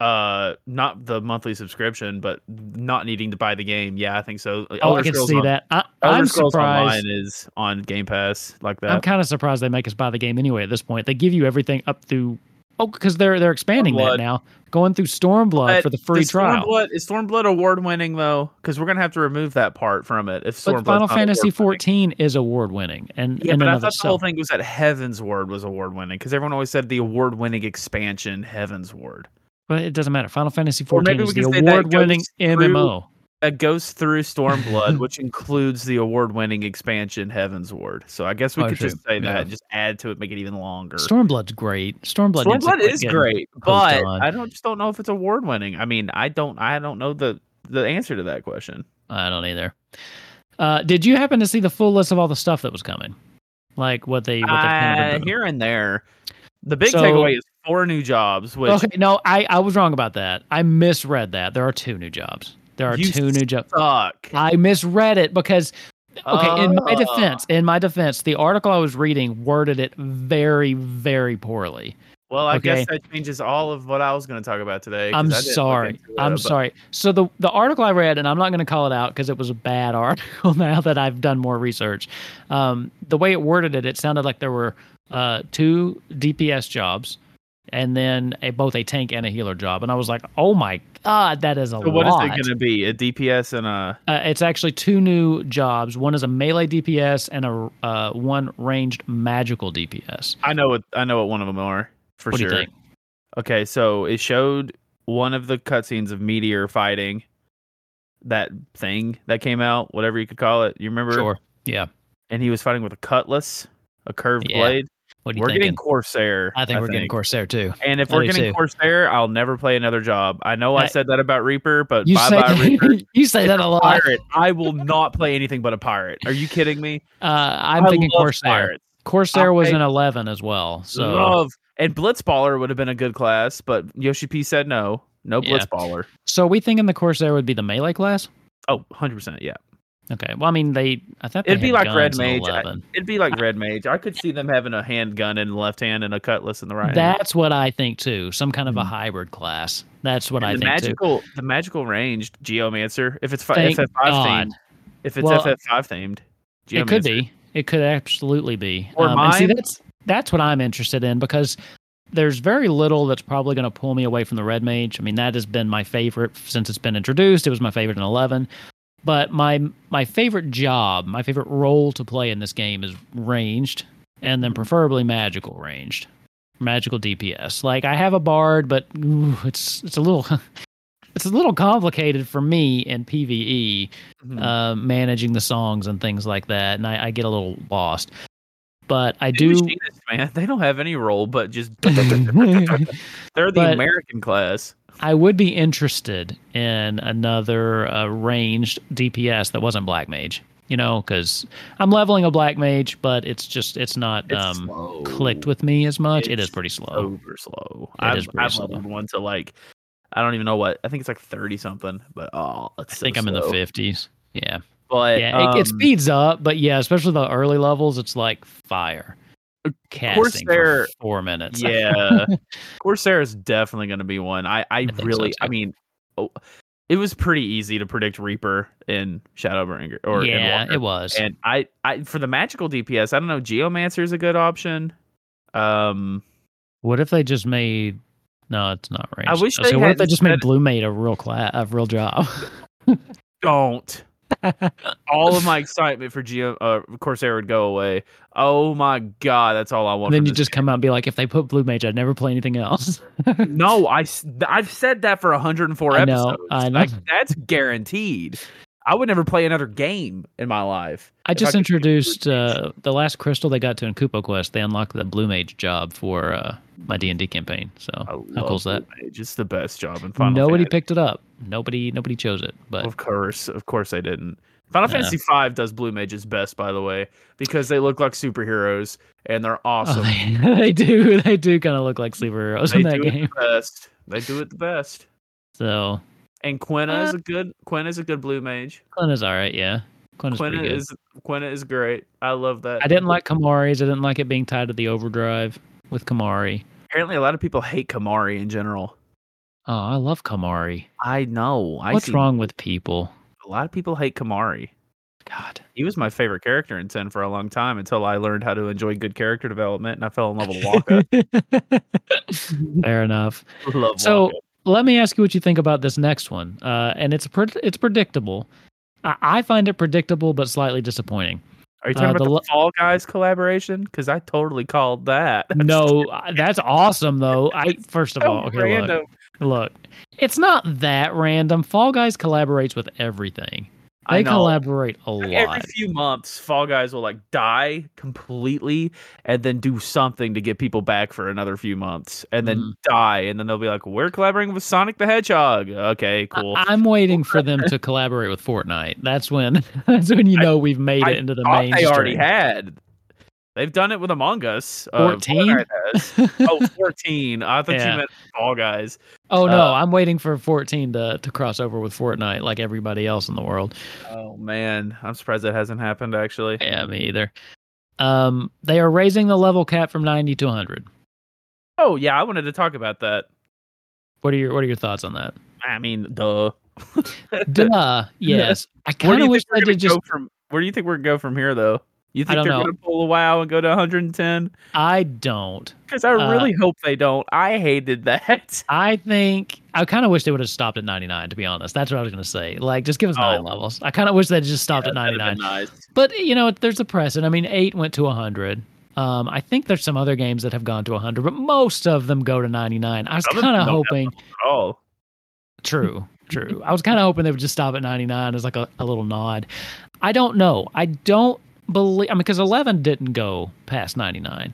Speaker 2: uh not the monthly subscription but not needing to buy the game yeah i think so Like,
Speaker 1: Oh,
Speaker 2: Elder
Speaker 1: I can
Speaker 2: Scrolls
Speaker 1: see
Speaker 2: on-
Speaker 1: that. I,
Speaker 2: Elder
Speaker 1: I'm
Speaker 2: Scrolls
Speaker 1: surprised.
Speaker 2: Online is on game pass like
Speaker 1: I'm
Speaker 2: that
Speaker 1: kind of surprised they make us buy the game anyway. At this point, they give you everything up through. Oh, because they're they're expanding
Speaker 2: Stormblood.
Speaker 1: that now, going through Stormblood
Speaker 2: But
Speaker 1: for the free
Speaker 2: Is
Speaker 1: trial.
Speaker 2: stormblood is stormblood award winning though because we're gonna have to remove that part from it if
Speaker 1: but
Speaker 2: Stormblood's
Speaker 1: Final
Speaker 2: not
Speaker 1: Fantasy
Speaker 2: award-winning.
Speaker 1: 14 is award winning, and
Speaker 2: yeah
Speaker 1: in
Speaker 2: but
Speaker 1: and
Speaker 2: i
Speaker 1: of
Speaker 2: thought the whole
Speaker 1: itself.
Speaker 2: thing was that heaven's word was award winning because everyone always said the award winning expansion heaven's word
Speaker 1: But it doesn't matter. Final Fantasy
Speaker 2: Or maybe
Speaker 1: 14 is
Speaker 2: we
Speaker 1: the
Speaker 2: can say that
Speaker 1: award winning
Speaker 2: goes through-
Speaker 1: MMO.
Speaker 2: that goes through
Speaker 1: (laughs)
Speaker 2: stormblood which includes the award winning expansion heaven's word so i guess we
Speaker 1: Oh,
Speaker 2: could
Speaker 1: true.
Speaker 2: just say
Speaker 1: Yeah.
Speaker 2: that just add to it make it even longer
Speaker 1: Stormblood's great. Stormblood, needs to
Speaker 2: Stormblood
Speaker 1: quit
Speaker 2: is
Speaker 1: getting- Oh,
Speaker 2: great, but
Speaker 1: on.
Speaker 2: I don't just don't know if it's award winning. I mean, I don't I don't know the the answer to that question.
Speaker 1: I don't either. Uh, did you happen to see the full list of all the stuff that was coming? Like what they what they
Speaker 2: Uh,
Speaker 1: planning to do?
Speaker 2: here and there, the big
Speaker 1: So-
Speaker 2: takeaway is four new jobs, which
Speaker 1: Okay, no, I, I was wrong about that. I misread that. There are two new jobs. There are
Speaker 2: You
Speaker 1: two new jobs.
Speaker 2: suck.
Speaker 1: I misread it because okay, in my
Speaker 2: Oh.
Speaker 1: defense, in my defense, the article I was reading worded it very, very poorly.
Speaker 2: Well, I
Speaker 1: okay.
Speaker 2: guess that changes all of what I was going to talk about today. 'cause
Speaker 1: I'm
Speaker 2: I didn't look
Speaker 1: sorry.
Speaker 2: into it,
Speaker 1: I'm
Speaker 2: but-
Speaker 1: sorry. So the the article I read, and I'm not going to call it out because it was a bad (laughs) article. Now that I've done more research, um, the way it worded it, it sounded like there were uh, two DPS jobs, and then a, both a tank and a healer job. And I was like, oh my god, that is a
Speaker 2: So what is
Speaker 1: lot.
Speaker 2: it going to be? A DPS and a
Speaker 1: uh, it's actually two new jobs. One is a melee DPS, and a uh, one ranged magical DPS.
Speaker 2: I know what I know what one of them are for
Speaker 1: what
Speaker 2: sure.
Speaker 1: do you think?
Speaker 2: Okay, so it showed one of the cutscenes of Meteor fighting that thing that came out, whatever you could call it. You remember?
Speaker 1: Sure. Yeah.
Speaker 2: and he was fighting with a cutlass, a curved
Speaker 1: Yeah.
Speaker 2: blade.
Speaker 1: What do you
Speaker 2: We're
Speaker 1: thinking?
Speaker 2: getting Corsair.
Speaker 1: I think we're getting Corsair too.
Speaker 2: And if
Speaker 1: I
Speaker 2: we're
Speaker 1: do
Speaker 2: getting
Speaker 1: too.
Speaker 2: Corsair, I'll never play another job. I know I,
Speaker 1: I-
Speaker 2: said that about Reaper, but
Speaker 1: You
Speaker 2: bye
Speaker 1: say,
Speaker 2: bye Reaper.
Speaker 1: (laughs) you say that a lot.
Speaker 2: Pirate. I will not play anything but a pirate. Are you kidding me?
Speaker 1: Uh, I'm
Speaker 2: I
Speaker 1: thinking
Speaker 2: love
Speaker 1: Corsair.
Speaker 2: pirates.
Speaker 1: Corsair
Speaker 2: I-
Speaker 1: was an 11 as well. So
Speaker 2: Love and Blitzballer would have been a good class, but Yoshi P said no. No
Speaker 1: Yeah.
Speaker 2: Blitzballer.
Speaker 1: so we thinking the Corsair would be the melee class?
Speaker 2: Oh, 100%. Yeah.
Speaker 1: Okay. Well, I mean they I thought they
Speaker 2: It'd be
Speaker 1: had
Speaker 2: like Red
Speaker 1: guns in
Speaker 2: Mage.
Speaker 1: 11.
Speaker 2: It'd be like Red Mage. I could see them having a handgun in the left hand and a cutlass in the right hand.
Speaker 1: That's what I think too. Some kind of a
Speaker 2: Mhm.
Speaker 1: hybrid class. That's what
Speaker 2: And
Speaker 1: I
Speaker 2: the
Speaker 1: think too.
Speaker 2: magical, the magical ranged geomancer. If it's fi-
Speaker 1: Thank
Speaker 2: FF5
Speaker 1: God.
Speaker 2: themed, if it's
Speaker 1: Well,
Speaker 2: FF5 themed, geomancer.
Speaker 1: It could be. It could absolutely be. Um,
Speaker 2: Or
Speaker 1: and see,
Speaker 2: mine.
Speaker 1: that's that's what I'm interested in because there's very little that's probably going to pull me away from the Red Mage. I mean, that has been my favorite since it's been introduced. It was my favorite in Eleven. But my my favorite job, my favorite role to play in this game is ranged, and then preferably magical ranged, magical DPS. Like I have a bard, but ooh, it's it's a little (laughs) it's a little complicated for me in E PVE
Speaker 2: Mhm.
Speaker 1: uh, managing the songs and things like that, and I, I get a little lost. But I do.
Speaker 2: Machinists, man. They don't have any role, but
Speaker 1: (laughs)
Speaker 2: just (laughs) they're the
Speaker 1: But-
Speaker 2: American class.
Speaker 1: (laughs) I would be interested in another uh, ranged DPS that wasn't Black Mage. You know, because I'm leveling a Black Mage, but it's just it's not
Speaker 2: It's
Speaker 1: um,
Speaker 2: slow.
Speaker 1: clicked with me as much. It is
Speaker 2: It's
Speaker 1: pretty slow.
Speaker 2: Over slow.
Speaker 1: It
Speaker 2: I've,
Speaker 1: is pretty
Speaker 2: I've
Speaker 1: slow.
Speaker 2: leveled one to like I don't even know what I think it's like thirty something, but oh, it's
Speaker 1: I
Speaker 2: so
Speaker 1: think I'm in the
Speaker 2: slow.
Speaker 1: fifties. Yeah,
Speaker 2: But
Speaker 1: yeah. it, it
Speaker 2: um,
Speaker 1: speeds up, but yeah, especially the early levels, it's like fire. Casting
Speaker 2: course
Speaker 1: for
Speaker 2: they're-
Speaker 1: four minutes. (laughs)
Speaker 2: Yeah, Corsair is definitely going to be one. I, I,
Speaker 1: think so,
Speaker 2: really, I
Speaker 1: too.
Speaker 2: mean, oh, it was pretty easy to predict Reaper in Shadowbringer or in
Speaker 1: (laughs) yeah,
Speaker 2: Walker.
Speaker 1: it was.
Speaker 2: And I, I for the magical DPS, I don't know. Geomancer is a good option. Um,
Speaker 1: What if they just made? No, it's not ranged.
Speaker 2: wish
Speaker 1: I was
Speaker 2: they
Speaker 1: like, what
Speaker 2: had
Speaker 1: if they just made
Speaker 2: said-
Speaker 1: Blue Mate a real class, a real job?
Speaker 2: don't.
Speaker 1: (laughs)
Speaker 2: All of my excitement for Geo uh, Corsair would go away. Oh my god, that's all I want.
Speaker 1: And (laughs) then
Speaker 2: from
Speaker 1: you
Speaker 2: this
Speaker 1: just come out and be like, if they put Blue Mage, I'd never play anything else. (laughs)
Speaker 2: No, I s- th- I've said that for 104
Speaker 1: I know,
Speaker 2: episodes.
Speaker 1: I know.
Speaker 2: Like, that's guaranteed. I would never play another game in my life.
Speaker 1: I
Speaker 2: If
Speaker 1: just
Speaker 2: could pick
Speaker 1: introduced
Speaker 2: Blue Mage.
Speaker 1: uh, the last crystal they got to in Koopa Quest. They unlocked the Blue Mage job for uh, my D and D campaign. So
Speaker 2: I
Speaker 1: how
Speaker 2: love
Speaker 1: cool's that?
Speaker 2: Blue Mage. It's the best job in Oh, Final
Speaker 1: nobody
Speaker 2: Fantasy.
Speaker 1: picked it up. Nobody nobody chose it. But
Speaker 2: Of course, of course, I didn't. Final
Speaker 1: Yeah.
Speaker 2: Fantasy V does Blue Mages best, by the way, because they look like superheroes and they're
Speaker 1: Oh,
Speaker 2: awesome.
Speaker 1: (laughs) they, they do (laughs) they do kind of look like superheroes
Speaker 2: they
Speaker 1: in
Speaker 2: do
Speaker 1: that
Speaker 2: it
Speaker 1: game.
Speaker 2: the best. They do it the best.
Speaker 1: So
Speaker 2: And Quina is
Speaker 1: Uh,
Speaker 2: a good Quina is a good Blue Mage.
Speaker 1: Quinn is all right. Yeah, Quinn is pretty
Speaker 2: Quina
Speaker 1: good.
Speaker 2: is Quina is great. I love that.
Speaker 1: I didn't like Kamari's. I didn't like it being tied to the overdrive with Kamari.
Speaker 2: Apparently, a lot of people hate Kamari in general.
Speaker 1: Oh, I love Kamari.
Speaker 2: I know. I
Speaker 1: What's
Speaker 2: see
Speaker 1: wrong with people?
Speaker 2: A lot of people hate Kamari. (laughs)
Speaker 1: God.
Speaker 2: He was my favorite character in Ten for a long time until I learned how to enjoy good character development and I fell in love with Waka.
Speaker 1: (laughs) Fair enough.
Speaker 2: (laughs) love
Speaker 1: So-
Speaker 2: Waka.
Speaker 1: Let me ask you what you think about this next one. Uh, and it's pred- it's predictable. I-, I find it predictable, but slightly disappointing.
Speaker 2: are you talking
Speaker 1: uh,
Speaker 2: about
Speaker 1: the
Speaker 2: the,
Speaker 1: lo-
Speaker 2: Fall Guys collaboration? Because I totally called that. (laughs) (laughs) That's
Speaker 1: no, I- that's awesome though. I first of
Speaker 2: so
Speaker 1: all, okay, look.
Speaker 2: random.
Speaker 1: Look, it's not that random. Fall Guys collaborates with everything.
Speaker 2: I
Speaker 1: They
Speaker 2: know.
Speaker 1: collaborate a
Speaker 2: Every
Speaker 1: lot.
Speaker 2: few months, Fall Guys will like die completely and then do something to get people back for another few months and then
Speaker 1: Mhm.
Speaker 2: die. And then they'll be like, We're collaborating with Sonic the Hedgehog. Okay, cool.
Speaker 1: I- am waiting for them to collaborate with Fortnite. That's when (laughs) that's when you know we've made
Speaker 2: I
Speaker 1: it into the
Speaker 2: thought
Speaker 1: main.
Speaker 2: oh, they already had. They've done it with Among Us. uh, Fall
Speaker 1: 14?
Speaker 2: Guys has. (laughs) oh, 14. I thought
Speaker 1: Yeah.
Speaker 2: you meant Fall Guys.
Speaker 1: oh no,
Speaker 2: uh,
Speaker 1: I'm waiting for 14 to to cross over with Fortnite like everybody else in the world.
Speaker 2: Oh, man. I'm surprised that hasn't happened, actually.
Speaker 1: Yeah, me either. Um, they are raising the level cap from 90 to 100.
Speaker 2: Oh, yeah. I wanted to talk about that.
Speaker 1: What are your What are your thoughts on that?
Speaker 2: I mean, duh.
Speaker 1: Duh. Yes, I
Speaker 2: Where
Speaker 1: kind
Speaker 2: do
Speaker 1: of
Speaker 2: you
Speaker 1: wish
Speaker 2: think
Speaker 1: they
Speaker 2: we're going
Speaker 1: did
Speaker 2: to
Speaker 1: just
Speaker 2: go from? Where do you think we're going to go from here, though? You
Speaker 1: I
Speaker 2: think
Speaker 1: don't
Speaker 2: they're
Speaker 1: know.
Speaker 2: going to pull a wow and go to 110?
Speaker 1: I don't.
Speaker 2: Because I
Speaker 1: Uh,
Speaker 2: really hope they don't. I hated that. (laughs)
Speaker 1: I think I kind of wish they would have stopped at 99. To be honest, that's what I was gonna say. Like, just give us
Speaker 2: Oh.
Speaker 1: nine levels. I kind of wish they would just stopped at
Speaker 2: That'd have been
Speaker 1: 99.
Speaker 2: nice.
Speaker 1: But you know, there's a precedent. I mean, eight went to 100. Um, I think there's some other games that have gone to 100, but most of them go to 99. I was
Speaker 2: Some of
Speaker 1: kind
Speaker 2: them
Speaker 1: of
Speaker 2: don't have
Speaker 1: hoping.
Speaker 2: (laughs) At all.
Speaker 1: True, true. I was kind of hoping they would just stop at 99 as like a, a little nod. I don't know. I don't believe. I mean, because 11 didn't go past 99.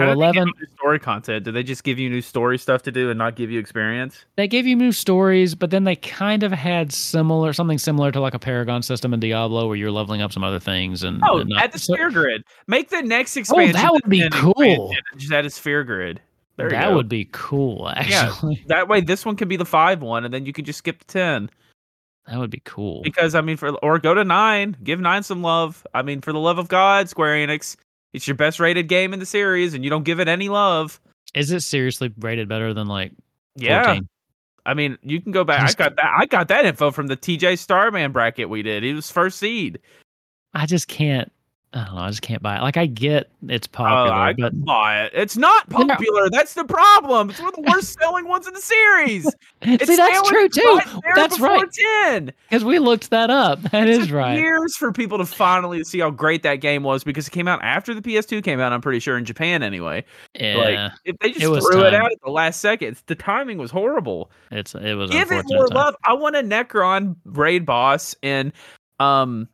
Speaker 2: How do they give
Speaker 1: 11,
Speaker 2: you new story content. Do they just give you new story stuff to do and not give you experience?
Speaker 1: they gave you new stories, but then they kind of had similar something similar to like a Paragon system in Diablo, where you're leveling up some other things and
Speaker 2: Oh,
Speaker 1: and not-
Speaker 2: at the
Speaker 1: so- Oh,
Speaker 2: sphere grid. Make the next expansion.
Speaker 1: that would
Speaker 2: the
Speaker 1: be
Speaker 2: next
Speaker 1: cool.
Speaker 2: expansion. Just add a sphere grid. There you
Speaker 1: that
Speaker 2: go.
Speaker 1: would be cool. Actually,
Speaker 2: That way, this one can be the five one, and then you can just skip to ten.
Speaker 1: that would be cool.
Speaker 2: Because I mean, for or go to nine. Give nine some love. I mean, for the love of God, Square Enix, it's your best rated game in the series, and you don't give it any love.
Speaker 1: Is it seriously rated better than like
Speaker 2: Yeah.
Speaker 1: 14?
Speaker 2: I mean, you can go back. I
Speaker 1: Just-
Speaker 2: got that. I got that info from the TJ Starman bracket we did. He was first seed.
Speaker 1: I just can't. I don't know. I just can't buy it. Like I get it's
Speaker 2: Oh,
Speaker 1: popular,
Speaker 2: I
Speaker 1: but (laughs)
Speaker 2: can buy it. It's not
Speaker 1: No.
Speaker 2: popular. That's the problem. It's one of the
Speaker 1: (laughs)
Speaker 2: worst selling ones in the series. It's
Speaker 1: see that's
Speaker 2: sandwiched
Speaker 1: true too.
Speaker 2: right there
Speaker 1: That's
Speaker 2: before
Speaker 1: right
Speaker 2: 10.
Speaker 1: because we looked that up. (laughs) That
Speaker 2: It
Speaker 1: is
Speaker 2: took
Speaker 1: right.
Speaker 2: Years for people to finally see how great that game was because it came out after the PS2 came out. I'm pretty sure in Japan anyway.
Speaker 1: Yeah,
Speaker 2: Like if they just
Speaker 1: It was
Speaker 2: threw it
Speaker 1: time.
Speaker 2: out at the last second, the timing was horrible.
Speaker 1: it's it was
Speaker 2: Give it
Speaker 1: unfortunate.
Speaker 2: more
Speaker 1: time.
Speaker 2: love. I want a Necron raid boss in um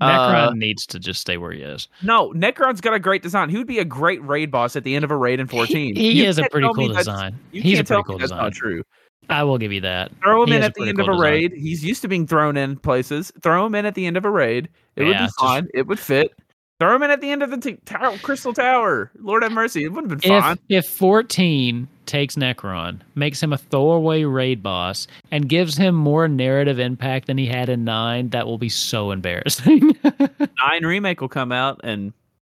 Speaker 1: Necron
Speaker 2: Uh,
Speaker 1: needs to just stay where
Speaker 2: (laughs)
Speaker 1: he is.
Speaker 2: No, Necron's got a great design. He would be a great raid boss at the end of a raid in 14.
Speaker 1: He, he
Speaker 2: You
Speaker 1: is a
Speaker 2: can't
Speaker 1: pretty
Speaker 2: tell me
Speaker 1: cool
Speaker 2: that's-
Speaker 1: design.
Speaker 2: You
Speaker 1: He's a
Speaker 2: can't tell
Speaker 1: pretty
Speaker 2: me
Speaker 1: cool
Speaker 2: that's
Speaker 1: design.
Speaker 2: not true.
Speaker 1: I will give you that.
Speaker 2: Throw him
Speaker 1: He
Speaker 2: in
Speaker 1: is a
Speaker 2: at the
Speaker 1: pretty
Speaker 2: end
Speaker 1: cool
Speaker 2: of a
Speaker 1: design.
Speaker 2: raid. He's used to being thrown in places. Throw him in at the end of a raid. It
Speaker 1: Yeah,
Speaker 2: would be
Speaker 1: just-
Speaker 2: fine. It would fit. Throw him in at the end of the t- tower, Crystal Tower. Lord have mercy. It would have been fine.
Speaker 1: If if fourteen takes Necron, makes him a throwaway raid boss, and gives him more narrative impact than he had in nine, that will be so embarrassing. (laughs)
Speaker 2: Nine remake will come out, and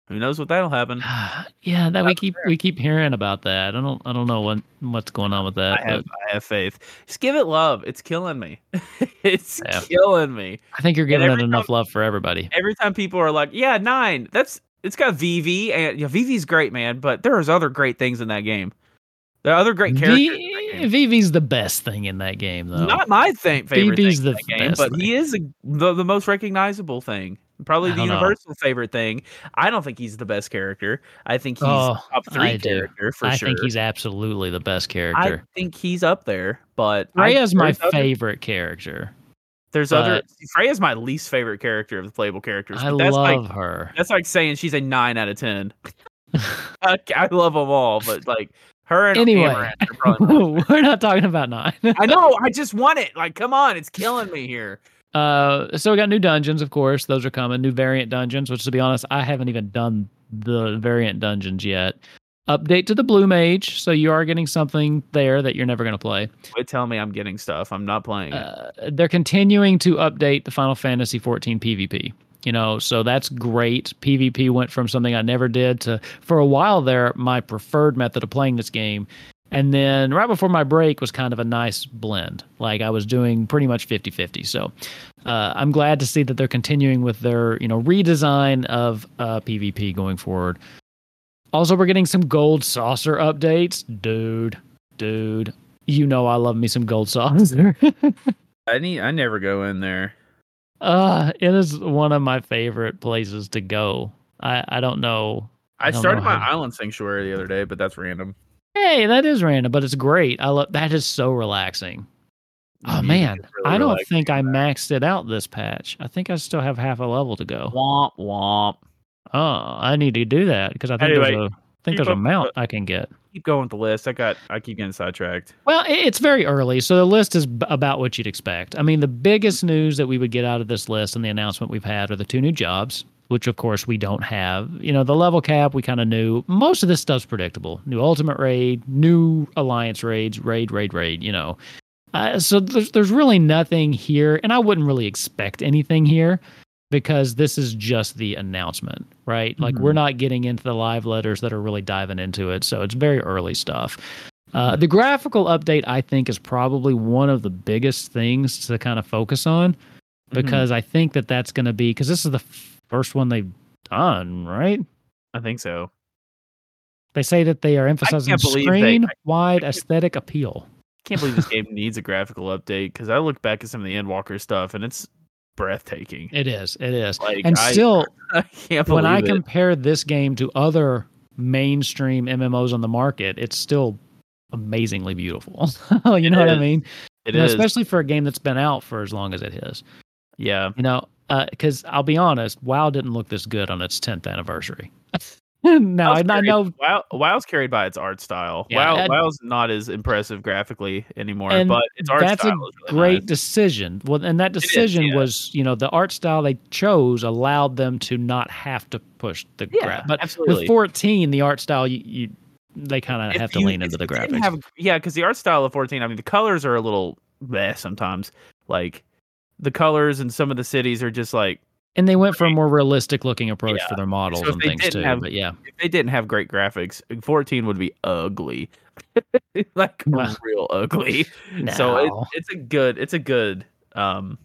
Speaker 2: who knows what that'll happen.
Speaker 1: (sighs) yeah, that we keep we keep hearing about that. I don't I don't know what what's going on with that.
Speaker 2: I
Speaker 1: but I,
Speaker 2: have, I have faith. Just give it love. It's killing me. (laughs) it's
Speaker 1: Yeah.
Speaker 2: killing me.
Speaker 1: think you're
Speaker 2: and
Speaker 1: giving it
Speaker 2: every
Speaker 1: enough love for everybody.
Speaker 2: every time people are like, "Yeah, nine. That's it's got VV and yeah, VV's great, man. But there's other great things in that game. There are other great characters. in that game.
Speaker 1: V- VV's the best thing in that game though.
Speaker 2: Not my th- favorite
Speaker 1: VV's
Speaker 2: thing
Speaker 1: the
Speaker 2: in that game,
Speaker 1: best
Speaker 2: but
Speaker 1: thing.
Speaker 2: he is a, the the most recognizable thing. Probably
Speaker 1: I
Speaker 2: the
Speaker 1: don't know.
Speaker 2: universal favorite thing. I don't think he's the best character. I think he's
Speaker 1: Oh,
Speaker 2: top three
Speaker 1: I do.
Speaker 2: character for
Speaker 1: I
Speaker 2: sure.
Speaker 1: think he's absolutely the best
Speaker 2: I
Speaker 1: character.
Speaker 2: think he's up there, but I-
Speaker 1: Freya's my
Speaker 2: there's other-
Speaker 1: favorite character.
Speaker 2: There's other
Speaker 1: but-
Speaker 2: Freya's my least favorite character of the playable characters.
Speaker 1: I
Speaker 2: but that's like
Speaker 1: love her. (laughs)
Speaker 2: That's like saying she's a nine out of ten. I, I love them all, but like her and
Speaker 1: Anyway.
Speaker 2: Amaranth are probably
Speaker 1: (laughs)
Speaker 2: my-
Speaker 1: We're not talking about nine.
Speaker 2: I know. I just want it. Like, come on, it's killing me here.
Speaker 1: Uh, so we got new dungeons, of course. Those are coming. New variant dungeons, which to be honest, I haven't even done the variant dungeons yet. Update to the blue mage, so you are getting something there that you're never going to play.
Speaker 2: Quit telling me I'm getting stuff. I'm not playing. it.
Speaker 1: Uh, they're continuing to update the Final Fantasy 14 PvP. You know, so that's great. PvP went from something I never did to, for a while there, my preferred method of playing this game. And then right before my break was kind of a nice blend. Like I was doing pretty much 50 50. So uh, I'm glad to see that they're continuing with their, you know, redesign of uh, PvP going forward. Also, we're getting some gold saucer updates. Dude, dude, you know I love me some gold saucer. (laughs)
Speaker 2: I need. I never go in there.
Speaker 1: Uh, it is one of my favorite places to go. I, I don't know.
Speaker 2: I,
Speaker 1: I don't
Speaker 2: started
Speaker 1: know
Speaker 2: my
Speaker 1: how-
Speaker 2: island sanctuary the other day, but that's random.
Speaker 1: Hey, that is random, but it's great. I love that is so relaxing. Oh
Speaker 2: Music
Speaker 1: man,
Speaker 2: is really
Speaker 1: I don't
Speaker 2: relaxing.
Speaker 1: think I maxed it out this patch. I think I still have half a level to go.
Speaker 2: Womp womp.
Speaker 1: Oh, I need to do that because I think
Speaker 2: Anyway,
Speaker 1: there's a I
Speaker 2: keep
Speaker 1: think there's a
Speaker 2: up with
Speaker 1: mount I can get.
Speaker 2: Keep going with the list. I got. I keep getting sidetracked.
Speaker 1: Well, i- it's very early, so the list is b- about what you'd expect. I mean, the biggest news that we would get out of this list and the announcement we've had are the two new jobs, which of course we don't have. You know, the level cap we kind of knew. Most of this stuff's predictable. New ultimate raid, new alliance raids, raid, raid, raid. You know, uh, so there's there's really nothing here, and I wouldn't really expect anything here because this is just the announcement, right? Like
Speaker 2: Mhm.
Speaker 1: we're not getting into the live letters that are really diving into it, so it's very early stuff. Uh, the graphical update, I think, is probably one of the biggest things to kind of focus on
Speaker 2: Mm-hmm.
Speaker 1: because I think that that's going to be because this is the f- first one they've done, right?
Speaker 2: Mm-hmm, I think so.
Speaker 1: They say that they are emphasizing
Speaker 2: believe they-
Speaker 1: screen
Speaker 2: (laughs)
Speaker 1: wide aesthetic appeal.
Speaker 2: Can't believe this game needs a graphical update because I look back at some of the Endwalker stuff and it's breathtaking.
Speaker 1: It is, it is,
Speaker 2: Like,
Speaker 1: and
Speaker 2: I-
Speaker 1: still
Speaker 2: (laughs) I can't believe
Speaker 1: when I
Speaker 2: it.
Speaker 1: compare this game to other mainstream MMOs on the market, it's still amazingly beautiful. (laughs) you know what I
Speaker 2: is.
Speaker 1: mean?
Speaker 2: It
Speaker 1: You know,
Speaker 2: is.
Speaker 1: Especially for a game that's been out for as long as it is.
Speaker 2: yeah.
Speaker 1: You know, because I'll be honest, WoW didn't look this good on its 10th anniversary. (laughs) now, I,
Speaker 2: WoW's
Speaker 1: I
Speaker 2: carried-
Speaker 1: know,
Speaker 2: WoW, WoW's carried by its art style.
Speaker 1: Yeah,
Speaker 2: WoW,
Speaker 1: and-
Speaker 2: WoW's not as impressive graphically anymore,
Speaker 1: And
Speaker 2: but its art
Speaker 1: that's a
Speaker 2: style is really
Speaker 1: great
Speaker 2: nice.
Speaker 1: decision. Well, and that
Speaker 2: is,
Speaker 1: decision
Speaker 2: yeah.
Speaker 1: was, you know, the art style they chose allowed them to not have to push the
Speaker 2: Yeah,
Speaker 1: graph. But
Speaker 2: absolutely.
Speaker 1: with 14, the art style, you, you they kind of
Speaker 2: If
Speaker 1: have to
Speaker 2: you-
Speaker 1: lean
Speaker 2: if
Speaker 1: into the
Speaker 2: you didn't
Speaker 1: graphics.
Speaker 2: have- yeah, because the art style of 14, I mean, the colors are a little bleh sometimes. Like the colors in some of the cities are just like,
Speaker 1: And they went for a more realistic looking approach
Speaker 2: Yeah.
Speaker 1: for their models
Speaker 2: So if
Speaker 1: and
Speaker 2: they
Speaker 1: things
Speaker 2: didn't
Speaker 1: too.
Speaker 2: have-
Speaker 1: but yeah,
Speaker 2: if they didn't have great graphics, 14 would be ugly. (laughs) like
Speaker 1: Well,
Speaker 2: real
Speaker 1: (laughs)
Speaker 2: ugly. So it,
Speaker 1: no.
Speaker 2: it's a good, it's a good um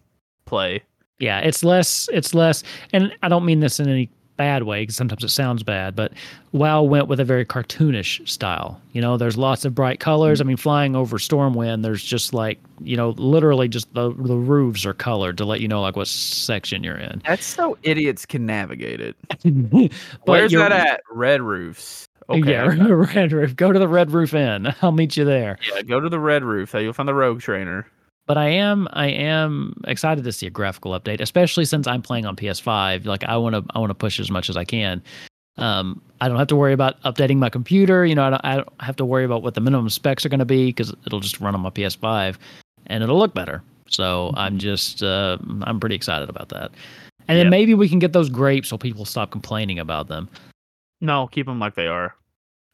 Speaker 2: play.
Speaker 1: yeah, it's less, it's less. And I don't mean this in any bad way because sometimes it sounds bad, but WoW went with a very cartoonish style. You know, there's lots of bright colors. I mean, flying over Stormwind, there's just like you know, literally just the the roofs are colored to let you know like what section you're in. (laughs)
Speaker 2: That's so idiots can navigate it.
Speaker 1: but
Speaker 2: (laughs) Where's
Speaker 1: you're-
Speaker 2: that at? Red roofs. Okay.
Speaker 1: (laughs) Yeah, Red Roof. Go to the Red Roof Inn. I'll meet you there.
Speaker 2: Yeah, go to the Red Roof. You'll find the Rogue Trainer.
Speaker 1: But I am I am excited to see a graphical update, especially since I'm playing on PS5. Like I want to I want to push as much as I can. Um, I don't have to worry about updating my computer. You know, I don't, I don't have to worry about what the minimum specs are going to be because it'll just run on my PS5 and it'll look better. So I'm just uh, I'm pretty excited about that. And then
Speaker 2: Yep.
Speaker 1: maybe we can get those grapes so people stop complaining about them.
Speaker 2: No, keep them like they
Speaker 1: (laughs)
Speaker 2: are.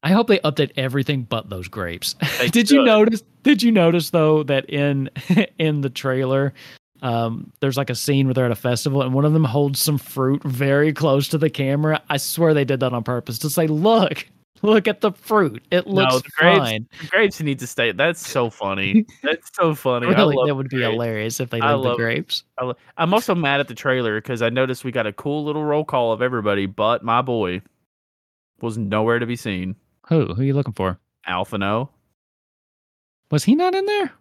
Speaker 1: I hope they update everything but those grapes.
Speaker 2: They
Speaker 1: did you
Speaker 2: should.
Speaker 1: notice? Did you notice though that in (laughs) in the trailer, um, there's like a scene where they're at a festival and one of them holds some fruit very close to the camera. I swear they did that on purpose to say, "Look, look at the fruit. It
Speaker 2: No,
Speaker 1: looks
Speaker 2: the grapes-
Speaker 1: fine."
Speaker 2: The grapes need to stay. That's so
Speaker 1: (laughs)
Speaker 2: funny. That's so funny. I
Speaker 1: Really,
Speaker 2: love
Speaker 1: that would be
Speaker 2: grapes.
Speaker 1: hilarious if they
Speaker 2: I
Speaker 1: did the
Speaker 2: love-
Speaker 1: grapes.
Speaker 2: I lo- I'm also mad at the trailer because I noticed we got a cool little roll call of everybody, but my boy was nowhere to be seen.
Speaker 1: Who? Who are you looking for?
Speaker 2: Alphino.
Speaker 1: Was he not in there?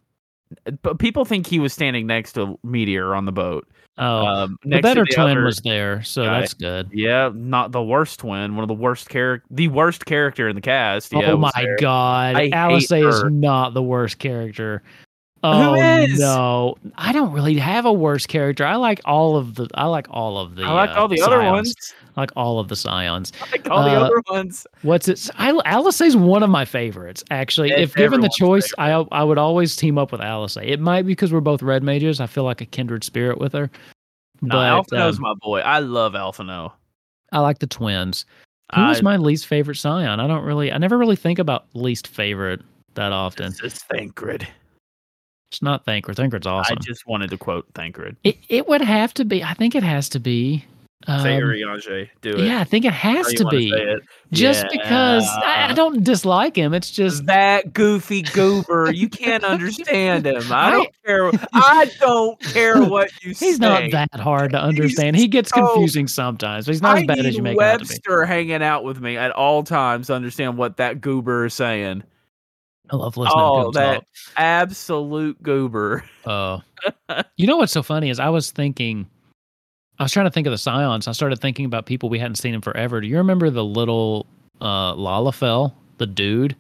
Speaker 2: But people think he was standing next to Meteor on the boat.
Speaker 1: Oh,
Speaker 2: um,
Speaker 1: the
Speaker 2: next to
Speaker 1: better twin
Speaker 2: other-
Speaker 1: was there, so
Speaker 2: guy.
Speaker 1: that's good.
Speaker 2: Yeah, not the worst twin. One of the worst character, the worst character in the cast. Yeah,
Speaker 1: oh
Speaker 2: was
Speaker 1: my
Speaker 2: there.
Speaker 1: god,
Speaker 2: I hate
Speaker 1: Alice is
Speaker 2: her.
Speaker 1: not the worst character. Oh
Speaker 2: is?
Speaker 1: no, I don't really have a worst character. I like all of the. I like all of the.
Speaker 2: I like
Speaker 1: uh,
Speaker 2: all the other
Speaker 1: scions.
Speaker 2: ones.
Speaker 1: I like all of the scions.
Speaker 2: I like all the
Speaker 1: Uh,
Speaker 2: other ones.
Speaker 1: What's it? I, Alice is one of my favorites, actually.
Speaker 2: It's
Speaker 1: if given the
Speaker 2: everyone's
Speaker 1: choice, I I would always team up with Alice. It might be because we're both red mages. I feel like a kindred spirit with her.
Speaker 2: No,
Speaker 1: But
Speaker 2: Alphino's
Speaker 1: um,
Speaker 2: my boy. I love Alphino.
Speaker 1: I like the twins. Who
Speaker 2: I-
Speaker 1: was my least favorite scion? I don't really. I never really think about least favorite that often.
Speaker 2: It's just Thancred.
Speaker 1: It's not Thancred. Thancred's awesome.
Speaker 2: I just wanted to quote Thancred.
Speaker 1: it, it would have to be. I think it has to be.
Speaker 2: Say
Speaker 1: um,
Speaker 2: Uriange. Do it.
Speaker 1: yeah, I think it has
Speaker 2: How you
Speaker 1: to
Speaker 2: wanna
Speaker 1: be.
Speaker 2: say it.
Speaker 1: Just because I, I
Speaker 2: Yeah.
Speaker 1: don't dislike him. It's just
Speaker 2: that goofy goober. You can't understand him. I
Speaker 1: I-
Speaker 2: don't care. I don't
Speaker 1: (laughs)
Speaker 2: care what you say.
Speaker 1: he's not that hard to understand. He gets
Speaker 2: so-
Speaker 1: confusing sometimes, but he's not
Speaker 2: I
Speaker 1: as bad as
Speaker 2: need
Speaker 1: you make him out to be.
Speaker 2: Webster hanging out with me at all times to understand what that goober is saying.
Speaker 1: I love listening
Speaker 2: Oh,
Speaker 1: to him
Speaker 2: that-
Speaker 1: talk.
Speaker 2: Absolute goober.
Speaker 1: Oh.
Speaker 2: (laughs)
Speaker 1: you know what's so funny is I was thinking, I was trying to think of the Scions. I started thinking about people we hadn't seen in forever. Do you remember the little uh, Lalafell, the dude?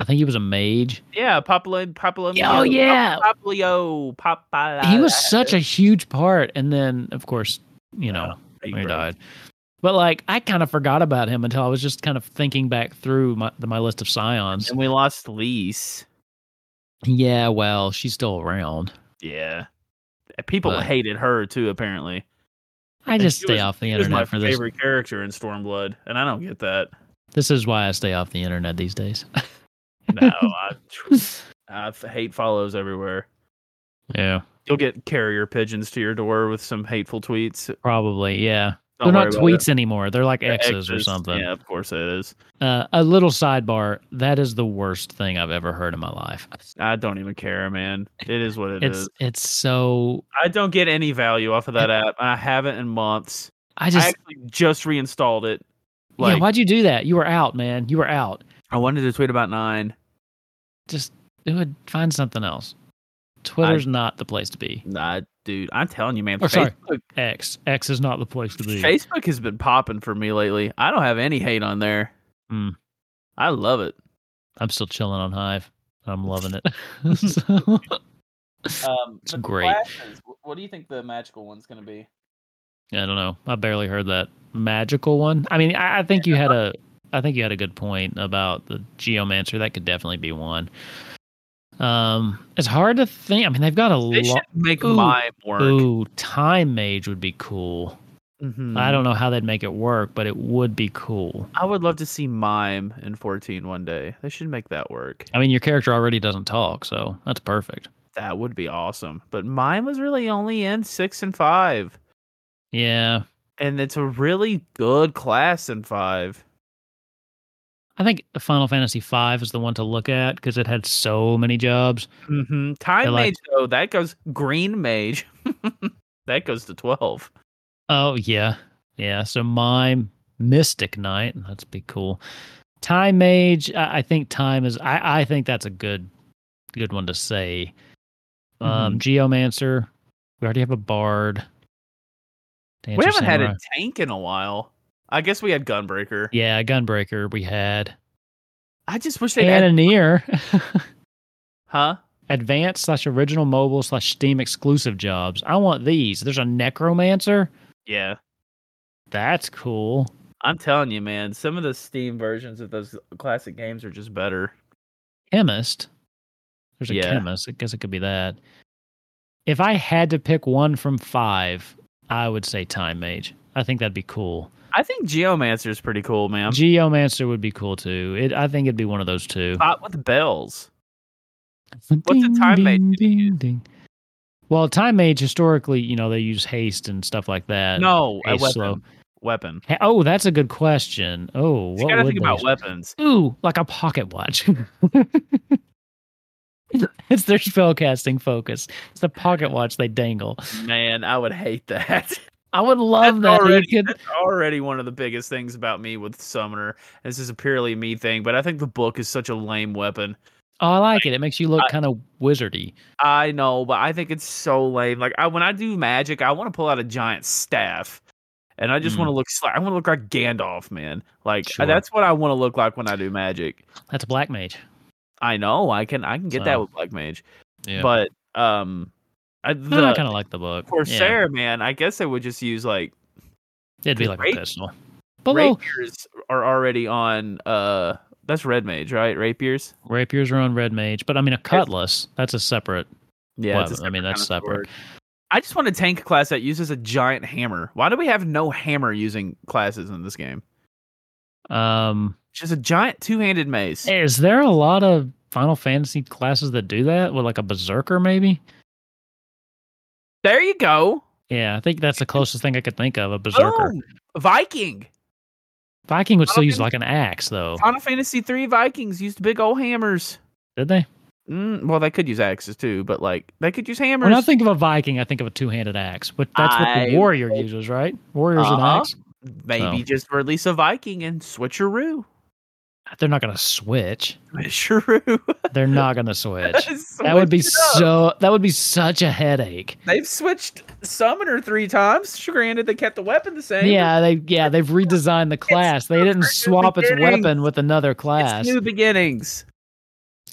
Speaker 1: I think he was a mage.
Speaker 2: Yeah, Papa, Papa,
Speaker 1: Oh, yeah.
Speaker 2: Papalio, Papa.
Speaker 1: he was such a huge part and then of course you know he died but like i kind of forgot about him until i was just kind of thinking back through my, my list of scions
Speaker 2: and we lost Lise.
Speaker 1: yeah well she's still around
Speaker 2: Yeah, people
Speaker 1: But-
Speaker 2: hated her too. Apparently,
Speaker 1: i
Speaker 2: And
Speaker 1: just
Speaker 2: she
Speaker 1: stay
Speaker 2: was-
Speaker 1: off the
Speaker 2: she was my
Speaker 1: internet for this
Speaker 2: favorite character in Stormblood, and I don't get
Speaker 1: (laughs)
Speaker 2: that.
Speaker 1: this is why i stay off the internet
Speaker 2: (laughs)
Speaker 1: these days
Speaker 2: No, I, (laughs) I f- hate follows everywhere.
Speaker 1: yeah
Speaker 2: You'll get carrier pigeons to your door with some hateful tweets.
Speaker 1: probably yeah
Speaker 2: Don't
Speaker 1: they're
Speaker 2: worry
Speaker 1: not
Speaker 2: about it.
Speaker 1: tweets anymore they're like
Speaker 2: They're
Speaker 1: x's, or
Speaker 2: Xs.
Speaker 1: something
Speaker 2: Yeah, of course it is.
Speaker 1: uh, a little sidebar that is the worst thing i've ever heard in my life
Speaker 2: I don't even care, man. It is what it
Speaker 1: it's
Speaker 2: is.
Speaker 1: it's so
Speaker 2: I don't get any value off of that app. and I haven't in months.
Speaker 1: i just
Speaker 2: I actually just reinstalled it. Like
Speaker 1: yeah why'd you do that you were out man you were out
Speaker 2: I wanted to tweet about nine.
Speaker 1: just do it find something else. Twitter's not the place to be.
Speaker 2: Nah, dude, I'm telling you, man.
Speaker 1: Or Oh, sorry.
Speaker 2: Facebook,
Speaker 1: X. X is not the place to be.
Speaker 2: Facebook has been popping for me lately. I don't have any hate on there.
Speaker 1: Mm.
Speaker 2: I love it.
Speaker 1: I'm still chilling on Hive. I'm
Speaker 2: (laughs)
Speaker 1: loving it. (laughs) So-
Speaker 2: Um,
Speaker 1: It's but the great.
Speaker 2: What do you think the magical one's going to be?
Speaker 1: I don't know. I barely heard that magical one. I mean, I, I think you had a I think you had a good point about the geomancer. That could definitely be one. Um it's hard to think. I mean, they've got a
Speaker 2: They should
Speaker 1: lot
Speaker 2: make
Speaker 1: Ooh.
Speaker 2: mime work.
Speaker 1: Ooh, time mage would be cool.
Speaker 2: Mhm.
Speaker 1: I don't know how they'd make it work, but it would be cool.
Speaker 2: I would love to see mime in 14 one day. They should make that work.
Speaker 1: I mean, your character already doesn't talk, so that's perfect.
Speaker 2: That would be awesome. But mime was really only in six and five,
Speaker 1: Yeah,
Speaker 2: and it's a really good class in five.
Speaker 1: I think Final Fantasy V is the one to look at because it had so many jobs.
Speaker 2: Mm-hmm. Time
Speaker 1: I like-
Speaker 2: mage though, that goes green mage. (laughs) that goes to 12.
Speaker 1: Oh yeah, yeah. So mime, Mystic Knight, that'd be cool. Time Mage, I, I think time is. I I think that's a good, good one to say.
Speaker 2: Mm-hmm.
Speaker 1: Um, Geomancer, we already have a Bard. Dancer
Speaker 2: we haven't had
Speaker 1: Samurai.
Speaker 2: a tank in a while. I guess we had gunbreaker.
Speaker 1: Yeah, Gunbreaker we had.
Speaker 2: I just wish they had,
Speaker 1: Cannoneer.
Speaker 2: huh?
Speaker 1: advanced slash original mobile slash Steam exclusive jobs. I want these. There's a necromancer.
Speaker 2: Yeah.
Speaker 1: That's cool.
Speaker 2: I'm telling you, man, some of the Steam versions of those classic games are just better.
Speaker 1: Chemist. There's a
Speaker 2: Yeah.
Speaker 1: chemist. I guess it could be that. If I had to pick one from five, I would say Time Mage. I think that'd be cool.
Speaker 2: I think Geomancer is pretty cool, man.
Speaker 1: Geomancer would be cool too. It, I think it'd be one of those two.
Speaker 2: Pot with bells. the Time Mage
Speaker 1: Ding,
Speaker 2: gonna
Speaker 1: ding, ding. Well, Time Mage historically, you know, they use haste and stuff like that.
Speaker 2: No, a
Speaker 1: Hey,
Speaker 2: weapon.
Speaker 1: slow.
Speaker 2: Weapon.
Speaker 1: Hey, Oh, that's a good question. Oh,
Speaker 2: you
Speaker 1: what
Speaker 2: gotta
Speaker 1: would
Speaker 2: think
Speaker 1: they-
Speaker 2: about weapons.
Speaker 1: Ooh, like a pocket watch. (laughs) it's their spellcasting focus. It's the pocket watch they dangle.
Speaker 2: Man, I would hate that. (laughs)
Speaker 1: I would love
Speaker 2: That's
Speaker 1: that.
Speaker 2: already- (laughs)
Speaker 1: They could-
Speaker 2: That's already one of the biggest things about me with Summoner. This is a purely me thing, but I think the book is such a lame weapon.
Speaker 1: oh, I like it. It makes you look
Speaker 2: I-
Speaker 1: kind of wizardy.
Speaker 2: I know, but I think it's so lame. Like I, when I do magic, I want to pull out a giant staff, and I just want to look. sli- I want to look like Gandalf, man. Like
Speaker 1: Mm. Sure.
Speaker 2: that's what I want to look like when I do magic.
Speaker 1: That's a black mage.
Speaker 2: I know I can. I can get
Speaker 1: So-
Speaker 2: that with black mage,
Speaker 1: Yeah.
Speaker 2: but um, I,
Speaker 1: No, I
Speaker 2: the
Speaker 1: kind of like the book.
Speaker 2: Corsair, man. I guess they would just use like
Speaker 1: Yeah, it'd be
Speaker 2: Good
Speaker 1: like
Speaker 2: rate.
Speaker 1: a pistol. Below
Speaker 2: rapiers are already on. Uh, that's red mage, right? Rapiers.
Speaker 1: rapiers are on red mage, but I mean a cutlass. That's a separate.
Speaker 2: Yeah, it's a
Speaker 1: Well, I mean,
Speaker 2: kind
Speaker 1: that's
Speaker 2: of
Speaker 1: separate.
Speaker 2: sword. I just want a tank class that uses a giant hammer. Why do we have no hammer using classes in this game?
Speaker 1: Um,
Speaker 2: Just a giant two-handed mace.
Speaker 1: is there a lot of Final Fantasy classes that do that? With like a berserker, maybe.
Speaker 2: There you go.
Speaker 1: Yeah, I think that's the closest thing I could think of. A berserker.
Speaker 2: Boom. Viking.
Speaker 1: Viking would still
Speaker 2: Final
Speaker 1: use like an axe, though.
Speaker 2: Final Fantasy three Vikings used big old hammers.
Speaker 1: Did they?
Speaker 2: Mm, well, they could use axes too, but like they could use hammers.
Speaker 1: When I think of a Viking, I think of a two-handed axe, but that's what the
Speaker 2: I-
Speaker 1: warrior uses, right? Warrior's an
Speaker 2: Uh-huh.
Speaker 1: axe.
Speaker 2: Maybe
Speaker 1: so.
Speaker 2: just release a Viking and (laughs) switcheroo.
Speaker 1: They're not gonna switch.
Speaker 2: Switcheroo.
Speaker 1: They're not gonna switch. That
Speaker 2: (laughs) Switch
Speaker 1: would be
Speaker 2: it up.
Speaker 1: so. That would be such a headache.
Speaker 2: They've switched summoner three times. Sure, Granted, they kept the weapon the same.
Speaker 1: Yeah, they
Speaker 2: (laughs)
Speaker 1: yeah they've redesigned the class. They
Speaker 2: new
Speaker 1: didn't
Speaker 2: freaking
Speaker 1: swap its
Speaker 2: beginnings.
Speaker 1: weapon with another
Speaker 2: It's
Speaker 1: class.
Speaker 2: new beginnings.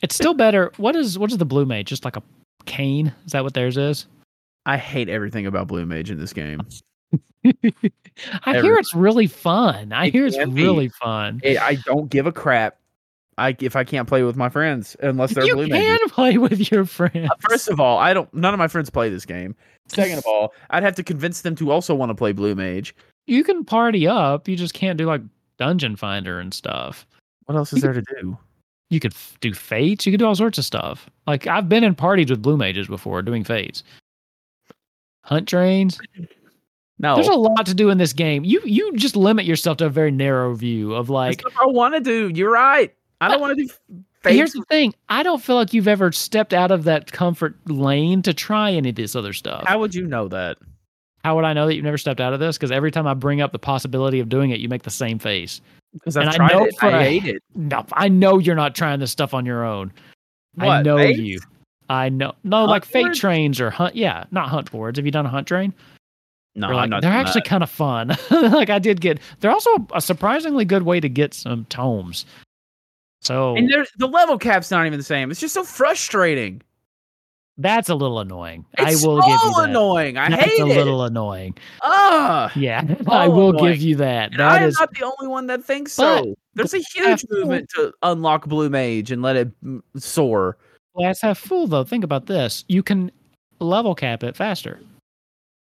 Speaker 1: It's still better. What is what is the blue mage? Just like a cane? Is that what theirs is?
Speaker 2: I hate everything about Blue Mage in this game.
Speaker 1: I hear
Speaker 2: Everything.
Speaker 1: it's really fun. I
Speaker 2: It
Speaker 1: hear it's
Speaker 2: can be.
Speaker 1: really fun.
Speaker 2: It, I don't give a crap. I if I can't play with my friends unless they're
Speaker 1: You
Speaker 2: Blue
Speaker 1: can (laughs)
Speaker 2: Mages.
Speaker 1: play with your friends.
Speaker 2: First of all, I don't. None of my friends play this game. Second of all, I'd have to convince them to also want to play Blue Mage.
Speaker 1: you can party up. You just can't do like dungeon finder and stuff.
Speaker 2: What else is there to do?
Speaker 1: You could f- do fates. You could do all sorts of stuff. Like I've been in parties with blue mages before doing fates. Hunt trains.
Speaker 2: No,
Speaker 1: There's a lot to do in this game. You you just limit yourself to a very narrow view of like.
Speaker 2: That's what I want to do. You're right. I don't want to do. Fates.
Speaker 1: Here's the thing. I don't feel like you've ever stepped out of that comfort lane to try any of this other stuff.
Speaker 2: How would you know that?
Speaker 1: How would I know that you've never stepped out of this? Because every time I bring up the possibility of doing it, you make the same face.
Speaker 2: Because
Speaker 1: And
Speaker 2: I've
Speaker 1: I
Speaker 2: tried
Speaker 1: know
Speaker 2: it.
Speaker 1: for
Speaker 2: I
Speaker 1: a-
Speaker 2: hate it.
Speaker 1: No, I know you're not trying this stuff on your own. I
Speaker 2: What,
Speaker 1: know
Speaker 2: fates?
Speaker 1: you. I know. No,
Speaker 2: Hunt
Speaker 1: like fate
Speaker 2: boards?
Speaker 1: trains or hunt. Yeah, not hunt boards. Have you done a hunt train?
Speaker 2: No,
Speaker 1: They're
Speaker 2: I'm
Speaker 1: like,
Speaker 2: not
Speaker 1: they're
Speaker 2: doing
Speaker 1: actually kind of fun. (laughs) like I did get. They're also a surprisingly good way to get some tomes. So
Speaker 2: And there's- the level cap's not even the same. It's just so frustrating.
Speaker 1: that's a little annoying.
Speaker 2: It's
Speaker 1: I will
Speaker 2: so
Speaker 1: give you that.
Speaker 2: annoying. I
Speaker 1: that's
Speaker 2: hate
Speaker 1: a
Speaker 2: it.
Speaker 1: little annoying.
Speaker 2: Ugh.
Speaker 1: Yeah, (laughs) I will give
Speaker 2: annoying.
Speaker 1: you that.
Speaker 2: And I
Speaker 1: That
Speaker 2: am
Speaker 1: is
Speaker 2: not the only one that thinks
Speaker 1: But-
Speaker 2: so. There's a
Speaker 1: have
Speaker 2: huge
Speaker 1: full-
Speaker 2: movement to unlock Blue Mage and let it mm, soar.
Speaker 1: glass half full though. Think about this. You can level cap it faster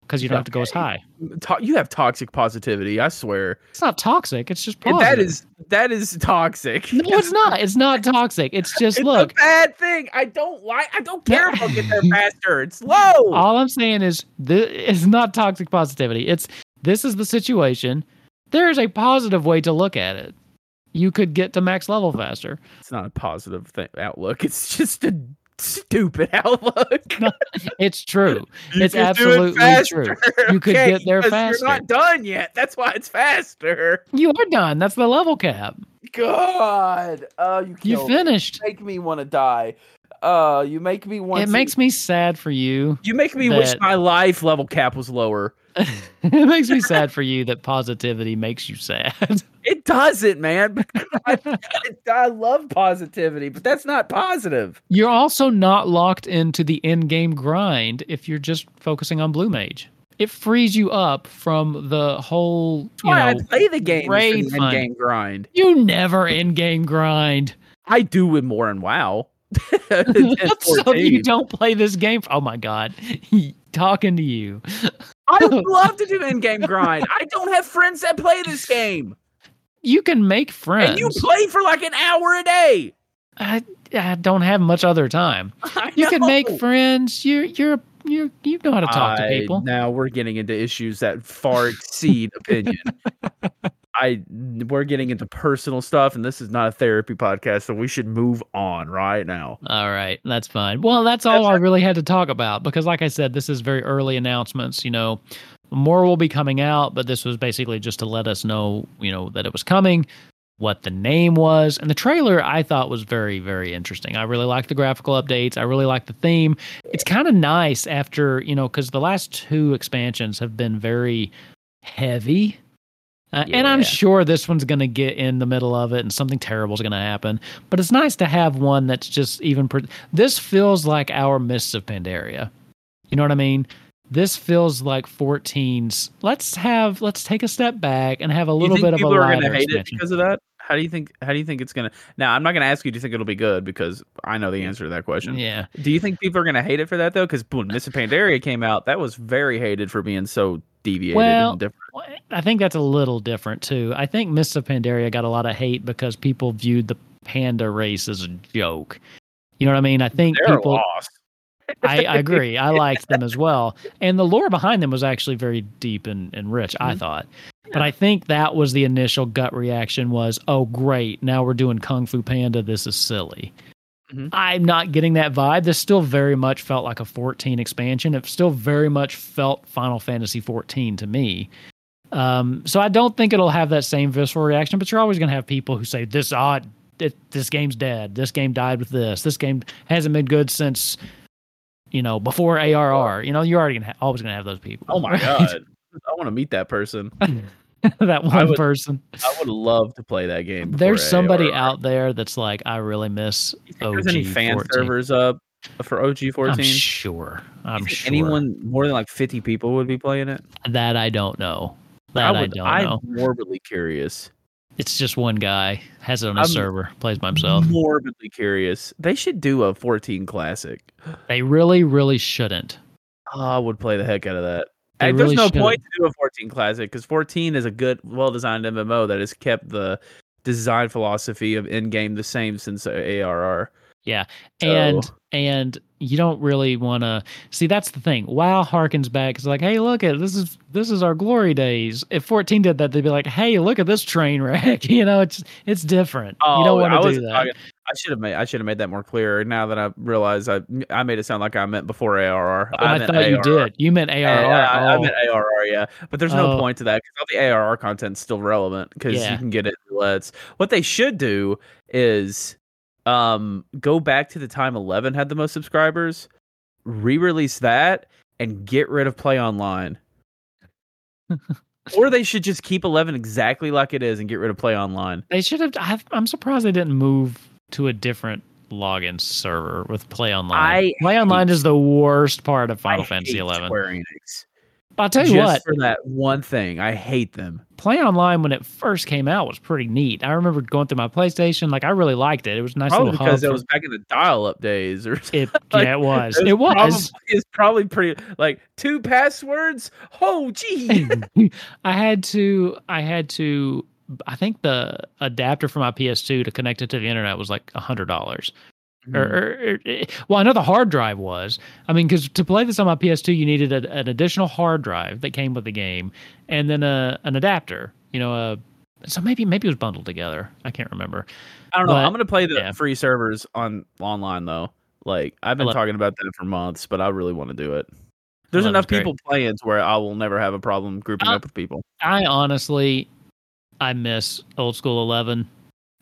Speaker 1: because you don't have to go as high.
Speaker 2: To- you have toxic positivity, I swear.
Speaker 1: It's not toxic. It's just
Speaker 2: And
Speaker 1: positive.
Speaker 2: that is that is toxic.
Speaker 1: no, it's not. It's not toxic. It's
Speaker 2: (laughs)
Speaker 1: just
Speaker 2: It's
Speaker 1: look.
Speaker 2: a bad thing. I don't like. I don't care if I get
Speaker 1: (laughs)
Speaker 2: there faster. It's low.
Speaker 1: All I'm saying is this it's not toxic positivity. It's this is the situation. There is a positive way to look at it. You could get to max level faster.
Speaker 2: it's not a positive thing, outlook. It's just a stupid (laughs) outlook.
Speaker 1: It's true.
Speaker 2: You
Speaker 1: It's
Speaker 2: could do
Speaker 1: absolutely
Speaker 2: it faster,
Speaker 1: true. You could
Speaker 2: okay?
Speaker 1: get there
Speaker 2: Because You're
Speaker 1: faster.
Speaker 2: not done yet. That's why it's faster.
Speaker 1: You are done. That's the level cap.
Speaker 2: God, oh, you
Speaker 1: You
Speaker 2: killed me.
Speaker 1: finished.
Speaker 2: Make me want to die. Uh, you make me want.
Speaker 1: It makes me sad for you. (laughs)
Speaker 2: You make me wish
Speaker 1: that-
Speaker 2: my life level cap was lower.
Speaker 1: it makes me sad for you that positivity makes you sad. (laughs)
Speaker 2: It doesn't, man. (laughs) I, I love positivity, but that's not positive.
Speaker 1: You're also not locked into the end game grind if you're just focusing on Blue Mage. It frees you up from the whole
Speaker 2: That's
Speaker 1: you
Speaker 2: why
Speaker 1: know,
Speaker 2: I play the game is
Speaker 1: raid
Speaker 2: for the
Speaker 1: fun.
Speaker 2: end game grind.
Speaker 1: You never end
Speaker 2: (laughs)
Speaker 1: game grind.
Speaker 2: I do with more and WoW. (laughs)
Speaker 1: (laughs) so you
Speaker 2: 14.
Speaker 1: don't play this game. Oh my god, (laughs) talking to you.
Speaker 2: I would love to do end game grind. I don't have friends that play this game,
Speaker 1: You can make friends.
Speaker 2: and you play for like an hour a day.
Speaker 1: I, I don't have much other time.
Speaker 2: I
Speaker 1: You can make
Speaker 2: know.
Speaker 1: friends. You're you're you you know how to talk
Speaker 2: I-
Speaker 1: to people.
Speaker 2: Now we're getting into issues that far exceed
Speaker 1: (laughs)
Speaker 2: opinion. I we're getting into personal stuff, and this is not a therapy podcast, so we should move on right now.
Speaker 1: All right, that's fine. Well, that's all I really had to talk about because, like I said, this is very early announcements. You know, more will be coming out, but this was basically just to let us know, you know, that it was coming, what the name was, and the trailer I thought was very, very interesting. I really liked the graphical updates. I really liked the theme. It's kind of nice after you know because the last two expansions have been very heavy. Uh, And I'm
Speaker 2: Yeah.
Speaker 1: sure this one's going to get in the middle of it and something terrible is going to happen. But it's nice to have one that's just even. Pre- this feels like our Mists of Pandaria. You know what I mean? This feels like 14's. Let's have, let's take a step back and have a little
Speaker 2: you think
Speaker 1: bit of a
Speaker 2: people are going
Speaker 1: lighter
Speaker 2: to hate it
Speaker 1: expansion.
Speaker 2: because of that? How do you think? How do you think it's going to? Now, I'm not going to ask you. Do you think it'll be good? Because I know the answer to that question.
Speaker 1: Yeah.
Speaker 2: Do you think people are going to hate it for that though? Because when Miss Pandaria came out, that was very hated for being so deviated
Speaker 1: Well,
Speaker 2: and different.
Speaker 1: Well, I think that's a little different too. I think Mists of Pandaria got a lot of hate because people viewed the panda race as a joke. You know what I mean? I think
Speaker 2: They're
Speaker 1: people.
Speaker 2: lost.
Speaker 1: I, I agree. I liked them as well. And the lore behind them was actually very deep and, and rich, I
Speaker 2: Mhm.
Speaker 1: thought. But I think that was the initial gut reaction was, oh great, now we're doing Kung Fu Panda. This is silly.
Speaker 2: Mhm.
Speaker 1: I'm not getting that vibe. This still very much felt like a 14 expansion. It still very much felt Final Fantasy 14 to me. Um, so I don't think it'll have that same visceral reaction, but you're always going to have people who say this odd, it, this game's dead. This game died with this. This game hasn't been good since, you know, before ARR. You know, you're already gonna ha- always going to have those people. (laughs)
Speaker 2: Oh my
Speaker 1: right?
Speaker 2: god! I want to meet that person.
Speaker 1: that
Speaker 2: I
Speaker 1: one
Speaker 2: would-
Speaker 1: person.
Speaker 2: I would love to play that game. before
Speaker 1: There's somebody
Speaker 2: AOR.
Speaker 1: out there that's like, I really miss
Speaker 2: You think
Speaker 1: OG
Speaker 2: There's any fan
Speaker 1: 14.
Speaker 2: servers up for OG
Speaker 1: I'm
Speaker 2: 14?
Speaker 1: sure. I'm sure.
Speaker 2: Anyone more than like 50 people would be playing it.
Speaker 1: that I don't know. That I,
Speaker 2: would,
Speaker 1: don't
Speaker 2: I'm
Speaker 1: know.
Speaker 2: morbidly curious.
Speaker 1: It's just one guy has it on a
Speaker 2: I'm-
Speaker 1: server, plays by himself.
Speaker 2: Morbidly curious. They should do a 14 classic.
Speaker 1: They really, really shouldn't.
Speaker 2: Oh, I would play the heck out of that.
Speaker 1: They
Speaker 2: And
Speaker 1: really
Speaker 2: there's no
Speaker 1: should.
Speaker 2: point to do a 14 classic because 14 is a good, well-designed MMO that has kept the design philosophy of in game the same since ARR.
Speaker 1: And
Speaker 2: Oh. So-
Speaker 1: and you don't really want to see. That's the thing. WoW harkens back. It's like, hey, look at this is this is our glory days. If 14 did that, they'd be like, hey, look at this train wreck. (laughs) You know, it's it's different. you don't
Speaker 2: Oh, I
Speaker 1: want to do
Speaker 2: wasn't
Speaker 1: that.
Speaker 2: talking- I should have made I should have made that more clear. Now that I realize I I made it sound like I meant before ARR.
Speaker 1: Oh, I,
Speaker 2: meant
Speaker 1: thought you
Speaker 2: ARR.
Speaker 1: did. You meant ARR.
Speaker 2: Yeah, I, I
Speaker 1: oh.
Speaker 2: meant ARR, yeah. But there's no
Speaker 1: Oh.
Speaker 2: point to that because all the ARR content's still relevant because
Speaker 1: Yeah.
Speaker 2: you can get it in roulets. What they should do is um go back to the time 11 had the most subscribers, re-release that, and get rid of Play
Speaker 1: (laughs)
Speaker 2: Online. or they should just keep 11 exactly like it is and get rid of Play Online.
Speaker 1: They should have. I've, I'm surprised they didn't move to a different login server with Play Online.
Speaker 2: I
Speaker 1: Play Online is the worst part of Final
Speaker 2: I
Speaker 1: Fantasy
Speaker 2: hate
Speaker 1: 11.
Speaker 2: Square Enix.
Speaker 1: But I'll tell you
Speaker 2: just
Speaker 1: what,
Speaker 2: for that one thing, I hate them.
Speaker 1: Play Online when it first came out was pretty neat. I remember going through my PlayStation, like I really liked it. It was a nice
Speaker 2: Probably
Speaker 1: little
Speaker 2: because
Speaker 1: hub
Speaker 2: it
Speaker 1: for-
Speaker 2: was back in the dial-up days, or (laughs)
Speaker 1: It,
Speaker 2: like,
Speaker 1: yeah, it was.
Speaker 2: It's
Speaker 1: It was.
Speaker 2: Probably, it's probably pretty like two passwords. Oh,
Speaker 1: (laughs)
Speaker 2: gee.
Speaker 1: (laughs) I had to. I had to. I think the adapter for my PS2 to connect it to the internet was like a hundred dollars. Or,
Speaker 2: Mm-hmm.
Speaker 1: or, or- eh, well, I know the hard drive was. I mean, because to play this on my PS2, you needed a, an additional hard drive that came with the game, and then a an adapter. You know, a so maybe maybe it was bundled together. I can't remember.
Speaker 2: I don't know.
Speaker 1: but-
Speaker 2: I'm gonna play the
Speaker 1: yeah.
Speaker 2: free servers on online though. Like I've been
Speaker 1: Ele-
Speaker 2: talking about that for months, but I really want to do it. There's
Speaker 1: Eleven's
Speaker 2: enough
Speaker 1: great.
Speaker 2: people playing to where I will never have a problem grouping
Speaker 1: Uh,
Speaker 2: up with people.
Speaker 1: I honestly, I miss old school eleven.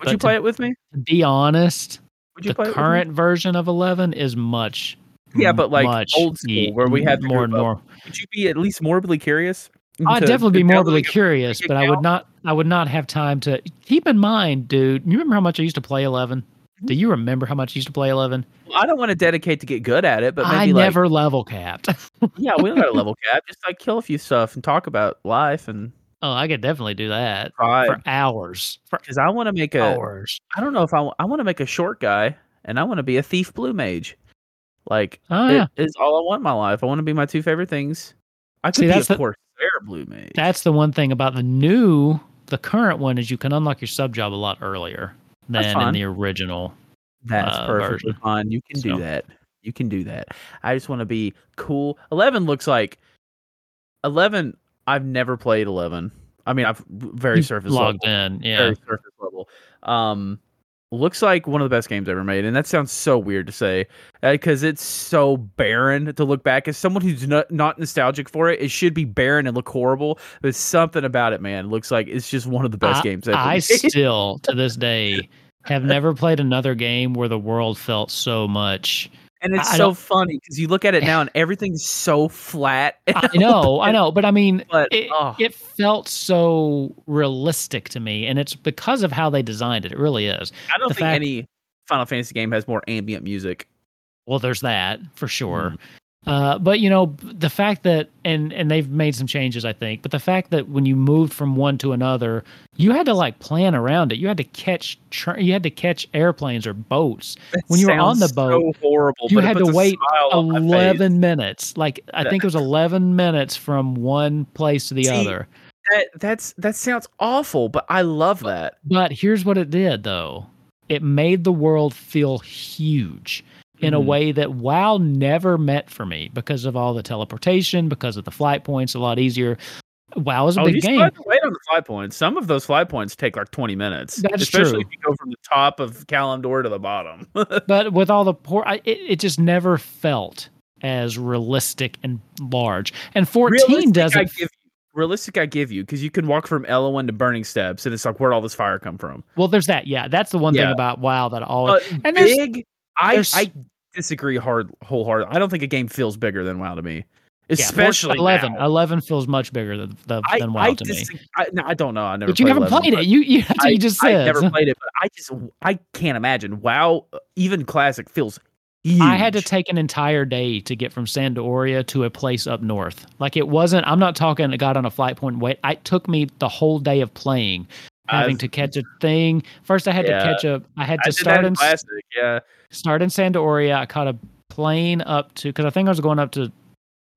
Speaker 2: Would you
Speaker 1: but
Speaker 2: play
Speaker 1: to-
Speaker 2: it with me?
Speaker 1: To be honest,
Speaker 2: Would you
Speaker 1: the
Speaker 2: play it with me?
Speaker 1: current version of eleven is much
Speaker 2: Yeah, but like
Speaker 1: much e
Speaker 2: old school where we had to
Speaker 1: more and
Speaker 2: group up.
Speaker 1: more.
Speaker 2: Would you be at least morbidly curious?
Speaker 1: I'd
Speaker 2: to-
Speaker 1: definitely be
Speaker 2: to download
Speaker 1: morbidly
Speaker 2: a-
Speaker 1: curious, but I would
Speaker 2: account?
Speaker 1: not. I would not have time to keep in mind, dude. You remember how much I used to play Eleven?
Speaker 2: Mm-hmm.
Speaker 1: Do you remember how much I used to play Eleven?
Speaker 2: I don't want to dedicate to get good at it, but maybe
Speaker 1: I
Speaker 2: like,
Speaker 1: never level capped. (laughs)
Speaker 2: yeah, we don't got a level cap. Just like kill a few stuff and talk about life and
Speaker 1: oh, I could definitely do that
Speaker 2: pride.
Speaker 1: for hours. For Oh.
Speaker 2: Because I want to make a,
Speaker 1: hours.
Speaker 2: I don't know if I, wa- I want to make a short guy and I want to be a thief blue mage. Like
Speaker 1: Oh
Speaker 2: it
Speaker 1: yeah,
Speaker 2: is all I want in my life. I want to be my two favorite things. I could
Speaker 1: See,
Speaker 2: be
Speaker 1: that's
Speaker 2: a
Speaker 1: the-
Speaker 2: corsair blue mage.
Speaker 1: that's the one thing about the new, the current one is you can unlock your sub job a lot earlier
Speaker 2: That's
Speaker 1: than in
Speaker 2: fine.
Speaker 1: the original.
Speaker 2: That's
Speaker 1: uh,
Speaker 2: perfectly
Speaker 1: version.
Speaker 2: fine. You can
Speaker 1: So.
Speaker 2: do that. You can do that. I just want to be cool. Eleven looks like Eleven. I've never played Eleven. I mean, I've very
Speaker 1: You
Speaker 2: surface
Speaker 1: logged
Speaker 2: level,
Speaker 1: in, yeah.
Speaker 2: very surface level. Um, looks like one of the best games ever made, and that sounds so weird to say because it's so barren to look back. As someone who's not, not nostalgic for it, it should be barren and look horrible. But something about it, man, looks like it's just one of the best
Speaker 1: I-
Speaker 2: games ever.
Speaker 1: I
Speaker 2: made. (laughs)
Speaker 1: still, to this day, have never played another game where the world felt so much.
Speaker 2: And it's
Speaker 1: I- I
Speaker 2: so
Speaker 1: don't-
Speaker 2: funny because you look at it now and everything's so flat. (laughs)
Speaker 1: I know, I know, but I mean,
Speaker 2: But
Speaker 1: it,
Speaker 2: (laughs) oh,
Speaker 1: it felt so realistic to me, and it's because of how they designed it. It really is.
Speaker 2: I don't
Speaker 1: the
Speaker 2: think
Speaker 1: fact-
Speaker 2: any Final Fantasy game has more ambient music.
Speaker 1: Well, there's that for sure.
Speaker 2: Mm-hmm.
Speaker 1: Uh, but you know the fact that and and they've made some changes I think but the fact that when you moved from one to another you had to like plan around it you had to catch tr- you had to catch airplanes or boats
Speaker 2: That
Speaker 1: When you were on
Speaker 2: sounds
Speaker 1: the boat,
Speaker 2: so horrible.
Speaker 1: you
Speaker 2: but it
Speaker 1: had to
Speaker 2: puts a
Speaker 1: wait
Speaker 2: smile on Oh, my face.
Speaker 1: 11 minutes like i
Speaker 2: Yeah.
Speaker 1: think it was 11 minutes from one place to the
Speaker 2: See,
Speaker 1: other
Speaker 2: That, that's that sounds awful, but I love that.
Speaker 1: but here's what it did though it made the world feel huge in a
Speaker 2: Mhm.
Speaker 1: way that wow never meant for me because of all the teleportation because of the flight points a lot easier wow is a
Speaker 2: Oh, you
Speaker 1: big
Speaker 2: still
Speaker 1: game
Speaker 2: have to wait on the fly points. Some of those fly points take like twenty minutes,
Speaker 1: That's
Speaker 2: especially
Speaker 1: true.
Speaker 2: if you go from the top of Kalimdor to the bottom. (laughs)
Speaker 1: but with all the poor I, it, it just never felt as realistic and large and 14
Speaker 2: Realistic, I
Speaker 1: doesn't
Speaker 2: give you. Realistic, I give you because you can walk from Elowin to Burning Steps, and it's like where'd all this fire come from?
Speaker 1: well there's that yeah that's the one thing
Speaker 2: Yeah. Uh,
Speaker 1: about wow that always
Speaker 2: But
Speaker 1: And there's-
Speaker 2: big, I,
Speaker 1: there's-
Speaker 2: I disagree hard wholeheartedly. I don't think a game feels bigger than WoW to me,
Speaker 1: Yeah, well,
Speaker 2: especially
Speaker 1: eleven.
Speaker 2: now.
Speaker 1: Eleven feels much bigger than, than,
Speaker 2: I,
Speaker 1: than WoW
Speaker 2: I,
Speaker 1: to me.
Speaker 2: dis- I, no, I don't know. I never.
Speaker 1: But you haven't
Speaker 2: 11,
Speaker 1: played
Speaker 2: but
Speaker 1: it. You (laughs) you, that's what
Speaker 2: I,
Speaker 1: you just
Speaker 2: I
Speaker 1: said.
Speaker 2: never played it, but I just I can't imagine. WoW, uh, even classic, feels huge.
Speaker 1: I had to take an entire day to get from Sandoria to a place up north. Like it wasn't. I'm not talking. I got on a flight point. and Wait, I- it took me the whole day of playing, having
Speaker 2: I've-
Speaker 1: to catch a thing. First, I had
Speaker 2: Yeah.
Speaker 1: to catch a. I had
Speaker 2: I
Speaker 1: to
Speaker 2: did that
Speaker 1: start
Speaker 2: in
Speaker 1: in
Speaker 2: classic. Yeah,
Speaker 1: start in Sandoria. I caught a plane up to because I think I was going up to.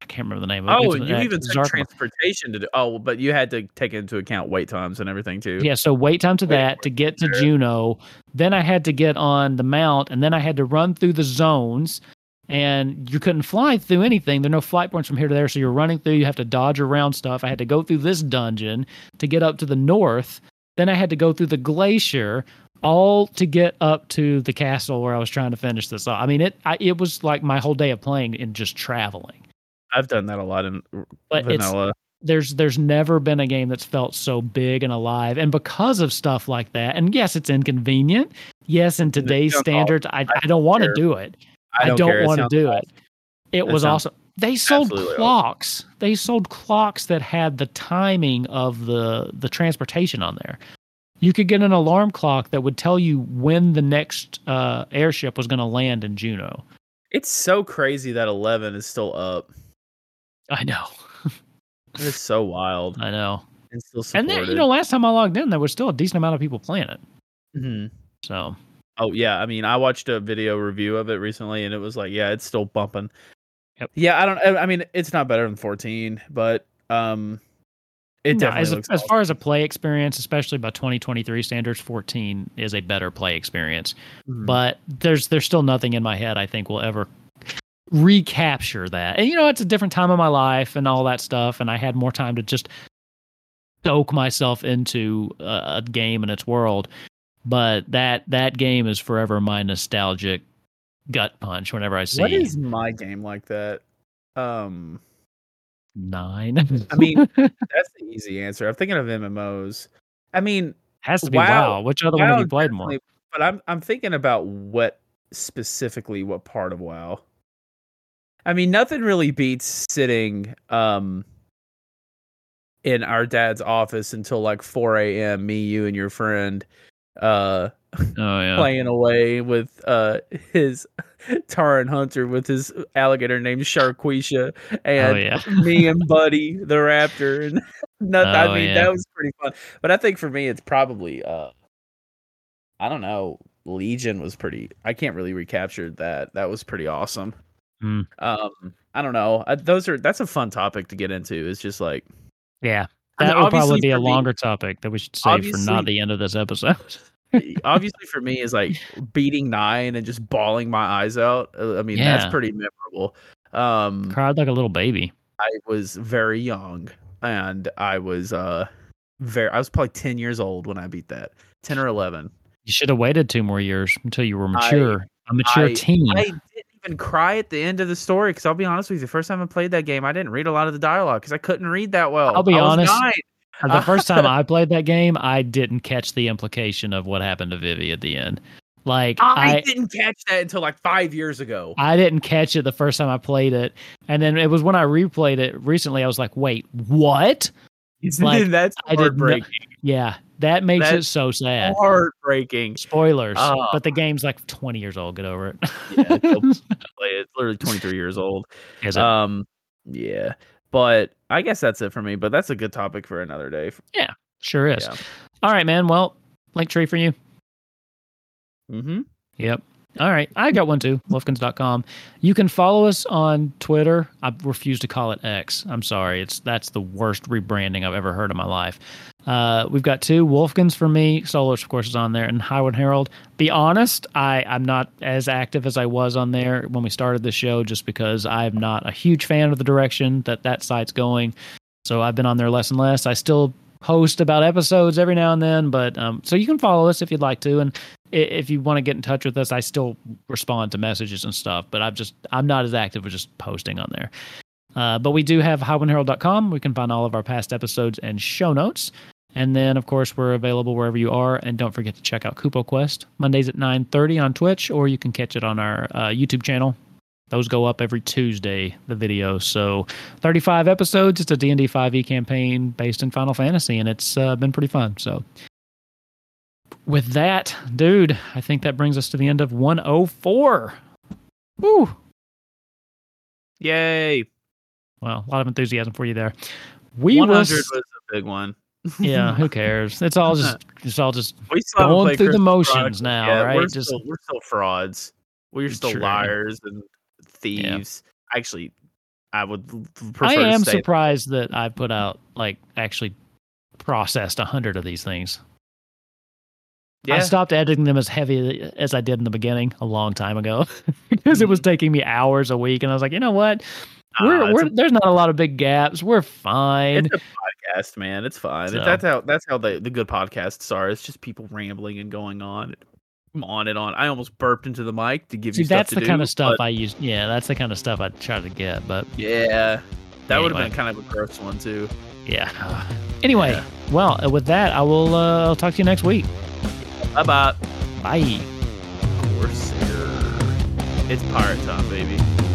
Speaker 1: I can't remember the name of it.
Speaker 2: Oh,
Speaker 1: It's-
Speaker 2: and you
Speaker 1: uh,
Speaker 2: even took
Speaker 1: Zarkma.
Speaker 2: transportation to do. Oh, but you had to take into account wait times and everything too.
Speaker 1: Yeah, so wait time to
Speaker 2: Wait
Speaker 1: that
Speaker 2: for
Speaker 1: to get to
Speaker 2: sure.
Speaker 1: Juno. Then I had to get on the mount, and then I had to run through the zones. And you couldn't fly through anything. There are no flight points from here to there, so you're running through. You have to dodge around stuff. I had to go through this dungeon to get up to the north. Then I had to go through the glacier, all to get up to the castle where I was trying to finish this off. I mean, it I, it was like my whole day of playing and just traveling.
Speaker 2: I've done that a lot in
Speaker 1: But it's
Speaker 2: vanilla.
Speaker 1: there's there's never been a game that's felt so big and alive and because of stuff like that and yes it's inconvenient yes in
Speaker 2: It
Speaker 1: today's
Speaker 2: sounds
Speaker 1: standards i, I don't want to do it i don't,
Speaker 2: care. It
Speaker 1: want to
Speaker 2: sounds
Speaker 1: do it it
Speaker 2: That
Speaker 1: was
Speaker 2: sounds
Speaker 1: awesome they sold
Speaker 2: absolutely awesome.
Speaker 1: clocks they sold clocks that had the timing of the the transportation on there you could get an alarm clock that would tell you when the next uh, airship was going to land in juneau
Speaker 2: It's so crazy that 11 is still up.
Speaker 1: i know
Speaker 2: It's so wild
Speaker 1: i know
Speaker 2: and still
Speaker 1: and
Speaker 2: supported.
Speaker 1: then you know last time i logged in there was still a decent amount of people playing it
Speaker 2: Mhm.
Speaker 1: so
Speaker 2: Oh yeah, I mean, I watched a video review of it recently, and it was like, yeah, it's still bumping.
Speaker 1: Yep.
Speaker 2: Yeah, I don't. I I mean, it's not better than 14, but um, it
Speaker 1: No,
Speaker 2: definitely
Speaker 1: as, a-
Speaker 2: looks.
Speaker 1: as
Speaker 2: awesome.
Speaker 1: far as a play experience, especially by 2023 standards, 14 is a better play experience.
Speaker 2: Mhm.
Speaker 1: But there's there's still nothing in my head I think will ever recapture that. And you know, it's a different time of my life and all that stuff, and I had more time to just soak myself into a, a game and its world. But that that game is forever my nostalgic gut punch whenever I see
Speaker 2: what is my game like that? Um,
Speaker 1: nine. (laughs)
Speaker 2: I mean, that's the easy answer. I'm thinking of MMOs. I mean,
Speaker 1: has to be
Speaker 2: WoW-
Speaker 1: wow. Which other one have
Speaker 2: WoW
Speaker 1: you played more?
Speaker 2: definitely- But I'm I'm thinking about what specifically what part of WoW. I mean, nothing really beats sitting um in our dad's office until like 4 a.m. Me, you, and your friend uh
Speaker 1: Oh yeah.
Speaker 2: playing away with uh (laughs) his Taran Hunter with his alligator named Sharquisha
Speaker 1: oh
Speaker 2: and
Speaker 1: yeah.
Speaker 2: me and Buddy the Raptor and (laughs) not,
Speaker 1: Oh,
Speaker 2: I mean
Speaker 1: yeah.
Speaker 2: that was pretty fun. But I think for me it's probably uh I don't know, Legion was pretty I can't really recapture that. That was pretty awesome.
Speaker 1: Mm.
Speaker 2: Um I don't know. I, those are that's a fun topic to get into. It's just
Speaker 1: (laughs)
Speaker 2: like
Speaker 1: Yeah.
Speaker 2: I mean,
Speaker 1: That will probably
Speaker 2: obviously
Speaker 1: be a
Speaker 2: for me-
Speaker 1: longer topic that we should save for not
Speaker 2: Obviously-
Speaker 1: the end of this episode. (laughs)
Speaker 2: e, obviously for me is like beating 9 and just bawling my eyes out. Uh, I mean,
Speaker 1: Yeah.
Speaker 2: that's pretty memorable. Um
Speaker 1: Cried like a little baby.
Speaker 2: I was very young and I was uh very I was probably 10 years old when I beat that. 10 or 11.
Speaker 1: You should have waited two more years until you were
Speaker 2: I-
Speaker 1: mature, A mature
Speaker 2: I-
Speaker 1: teen.
Speaker 2: I didn't even cry at the end of the story cuz I'll be honest with you, the first time I played that game, I didn't read a lot of the dialogue cuz I couldn't read that well.
Speaker 1: I'll be
Speaker 2: I was
Speaker 1: honest,
Speaker 2: nine.
Speaker 1: (laughs) the
Speaker 2: (laughs)
Speaker 1: first time I played that game, I didn't catch the implication of what happened to Vivi at the end. Like
Speaker 2: I,
Speaker 1: I,
Speaker 2: didn't catch that until like 5 years ago. (laughs)
Speaker 1: I didn't catch it the first time I played it, and then it was when I replayed it recently. I was like, "Wait, what?" like,
Speaker 2: that's
Speaker 1: I did not-
Speaker 2: heartbreaking.
Speaker 1: Yeah, that makes
Speaker 2: That-
Speaker 1: it so sad.
Speaker 2: Heartbreaking.
Speaker 1: Spoilers,
Speaker 2: Oh.
Speaker 1: but the game's like 20 years old. Get over it.
Speaker 2: Yeah,
Speaker 1: (laughs)
Speaker 2: they'll play it. It's literally 23 years old.
Speaker 1: Is it?
Speaker 2: (laughs) Um yeah. But I guess that's it for me, but that's a good topic for another day.
Speaker 1: sure is.
Speaker 2: yeah.
Speaker 1: All right, man. Well, link tree for you.
Speaker 2: Mhm.
Speaker 1: Yep. All right. I got one too. Wolfkins.com. You can follow us on Twitter. I refuse to call it X. I'm sorry. It's that's the worst rebranding I've ever heard in my life. Uh, we've got two Wolfkins for me. Solars, of course, is on there, and Highwood Herald. Be honest, I I'm not as active as I was on there when we started the show, just because I'm not a huge fan of the direction that that site's going. So I've been on there less and less. I still post about episodes every now and then, but um, so you can follow us if you'd like to, and i- if you want to get in touch with us, I still respond to messages and stuff, but I'm just I'm not as active with just posting on there. Uh, but we do have highwindherald.com. We can find all of our past episodes and show notes. And then, of course, we're available wherever you are. And don't forget to check out Kupo Quest Mondays at 9.30 on Twitch, or you can catch it on our uh, YouTube channel. Those go up every Tuesday, the video. So 35 episodes. It's a D&D 5e E campaign based in Final Fantasy, and it's uh, been pretty fun. So with that, dude, I think that brings us to the end of 104. Woo!
Speaker 2: Yay.
Speaker 1: Well, a lot of enthusiasm for you there. We
Speaker 2: 100
Speaker 1: was,
Speaker 2: was a big one.
Speaker 1: yeah. Who cares? It's
Speaker 2: (laughs)
Speaker 1: all just it's all just
Speaker 2: We still haven't
Speaker 1: Going
Speaker 2: played
Speaker 1: through the
Speaker 2: Crystal
Speaker 1: motions
Speaker 2: Chronicles
Speaker 1: now,
Speaker 2: yet.
Speaker 1: right?
Speaker 2: We're,
Speaker 1: Just-
Speaker 2: still, we're still frauds. We're still
Speaker 1: True.
Speaker 2: liars and thieves. Actually, I would l- l-
Speaker 1: I
Speaker 2: prefer
Speaker 1: am
Speaker 2: to stay.
Speaker 1: surprised that I put out like actually processed a hundred of these things. I
Speaker 2: yeah,
Speaker 1: stopped editing them as heavy as I did in the beginning a long time ago (laughs) because it was taking me hours a week, and I was like, you know what?
Speaker 2: nah,
Speaker 1: we're,
Speaker 2: Mm-hmm. Ah, it's
Speaker 1: we're there's not a lot of big gaps. We're fine.
Speaker 2: a, it's a podcast, man. It's fine.
Speaker 1: So.
Speaker 2: That's how that's how the, the good podcasts are. It's just people rambling and going on, and on and on. I almost burped into the mic to give
Speaker 1: See,
Speaker 2: you stuff
Speaker 1: that's
Speaker 2: to
Speaker 1: the
Speaker 2: do,
Speaker 1: kind of stuff
Speaker 2: but
Speaker 1: I use. Yeah, that's the kind of stuff I try to get. But
Speaker 2: yeah, that would have
Speaker 1: Anyway.
Speaker 2: been kind of a gross one too. (sighs)
Speaker 1: yeah. Anyway, well, uh, with that, I will. Uh, I'll talk to you next week.
Speaker 2: How about
Speaker 1: Bye.
Speaker 2: Corsair? It's pirate time, baby.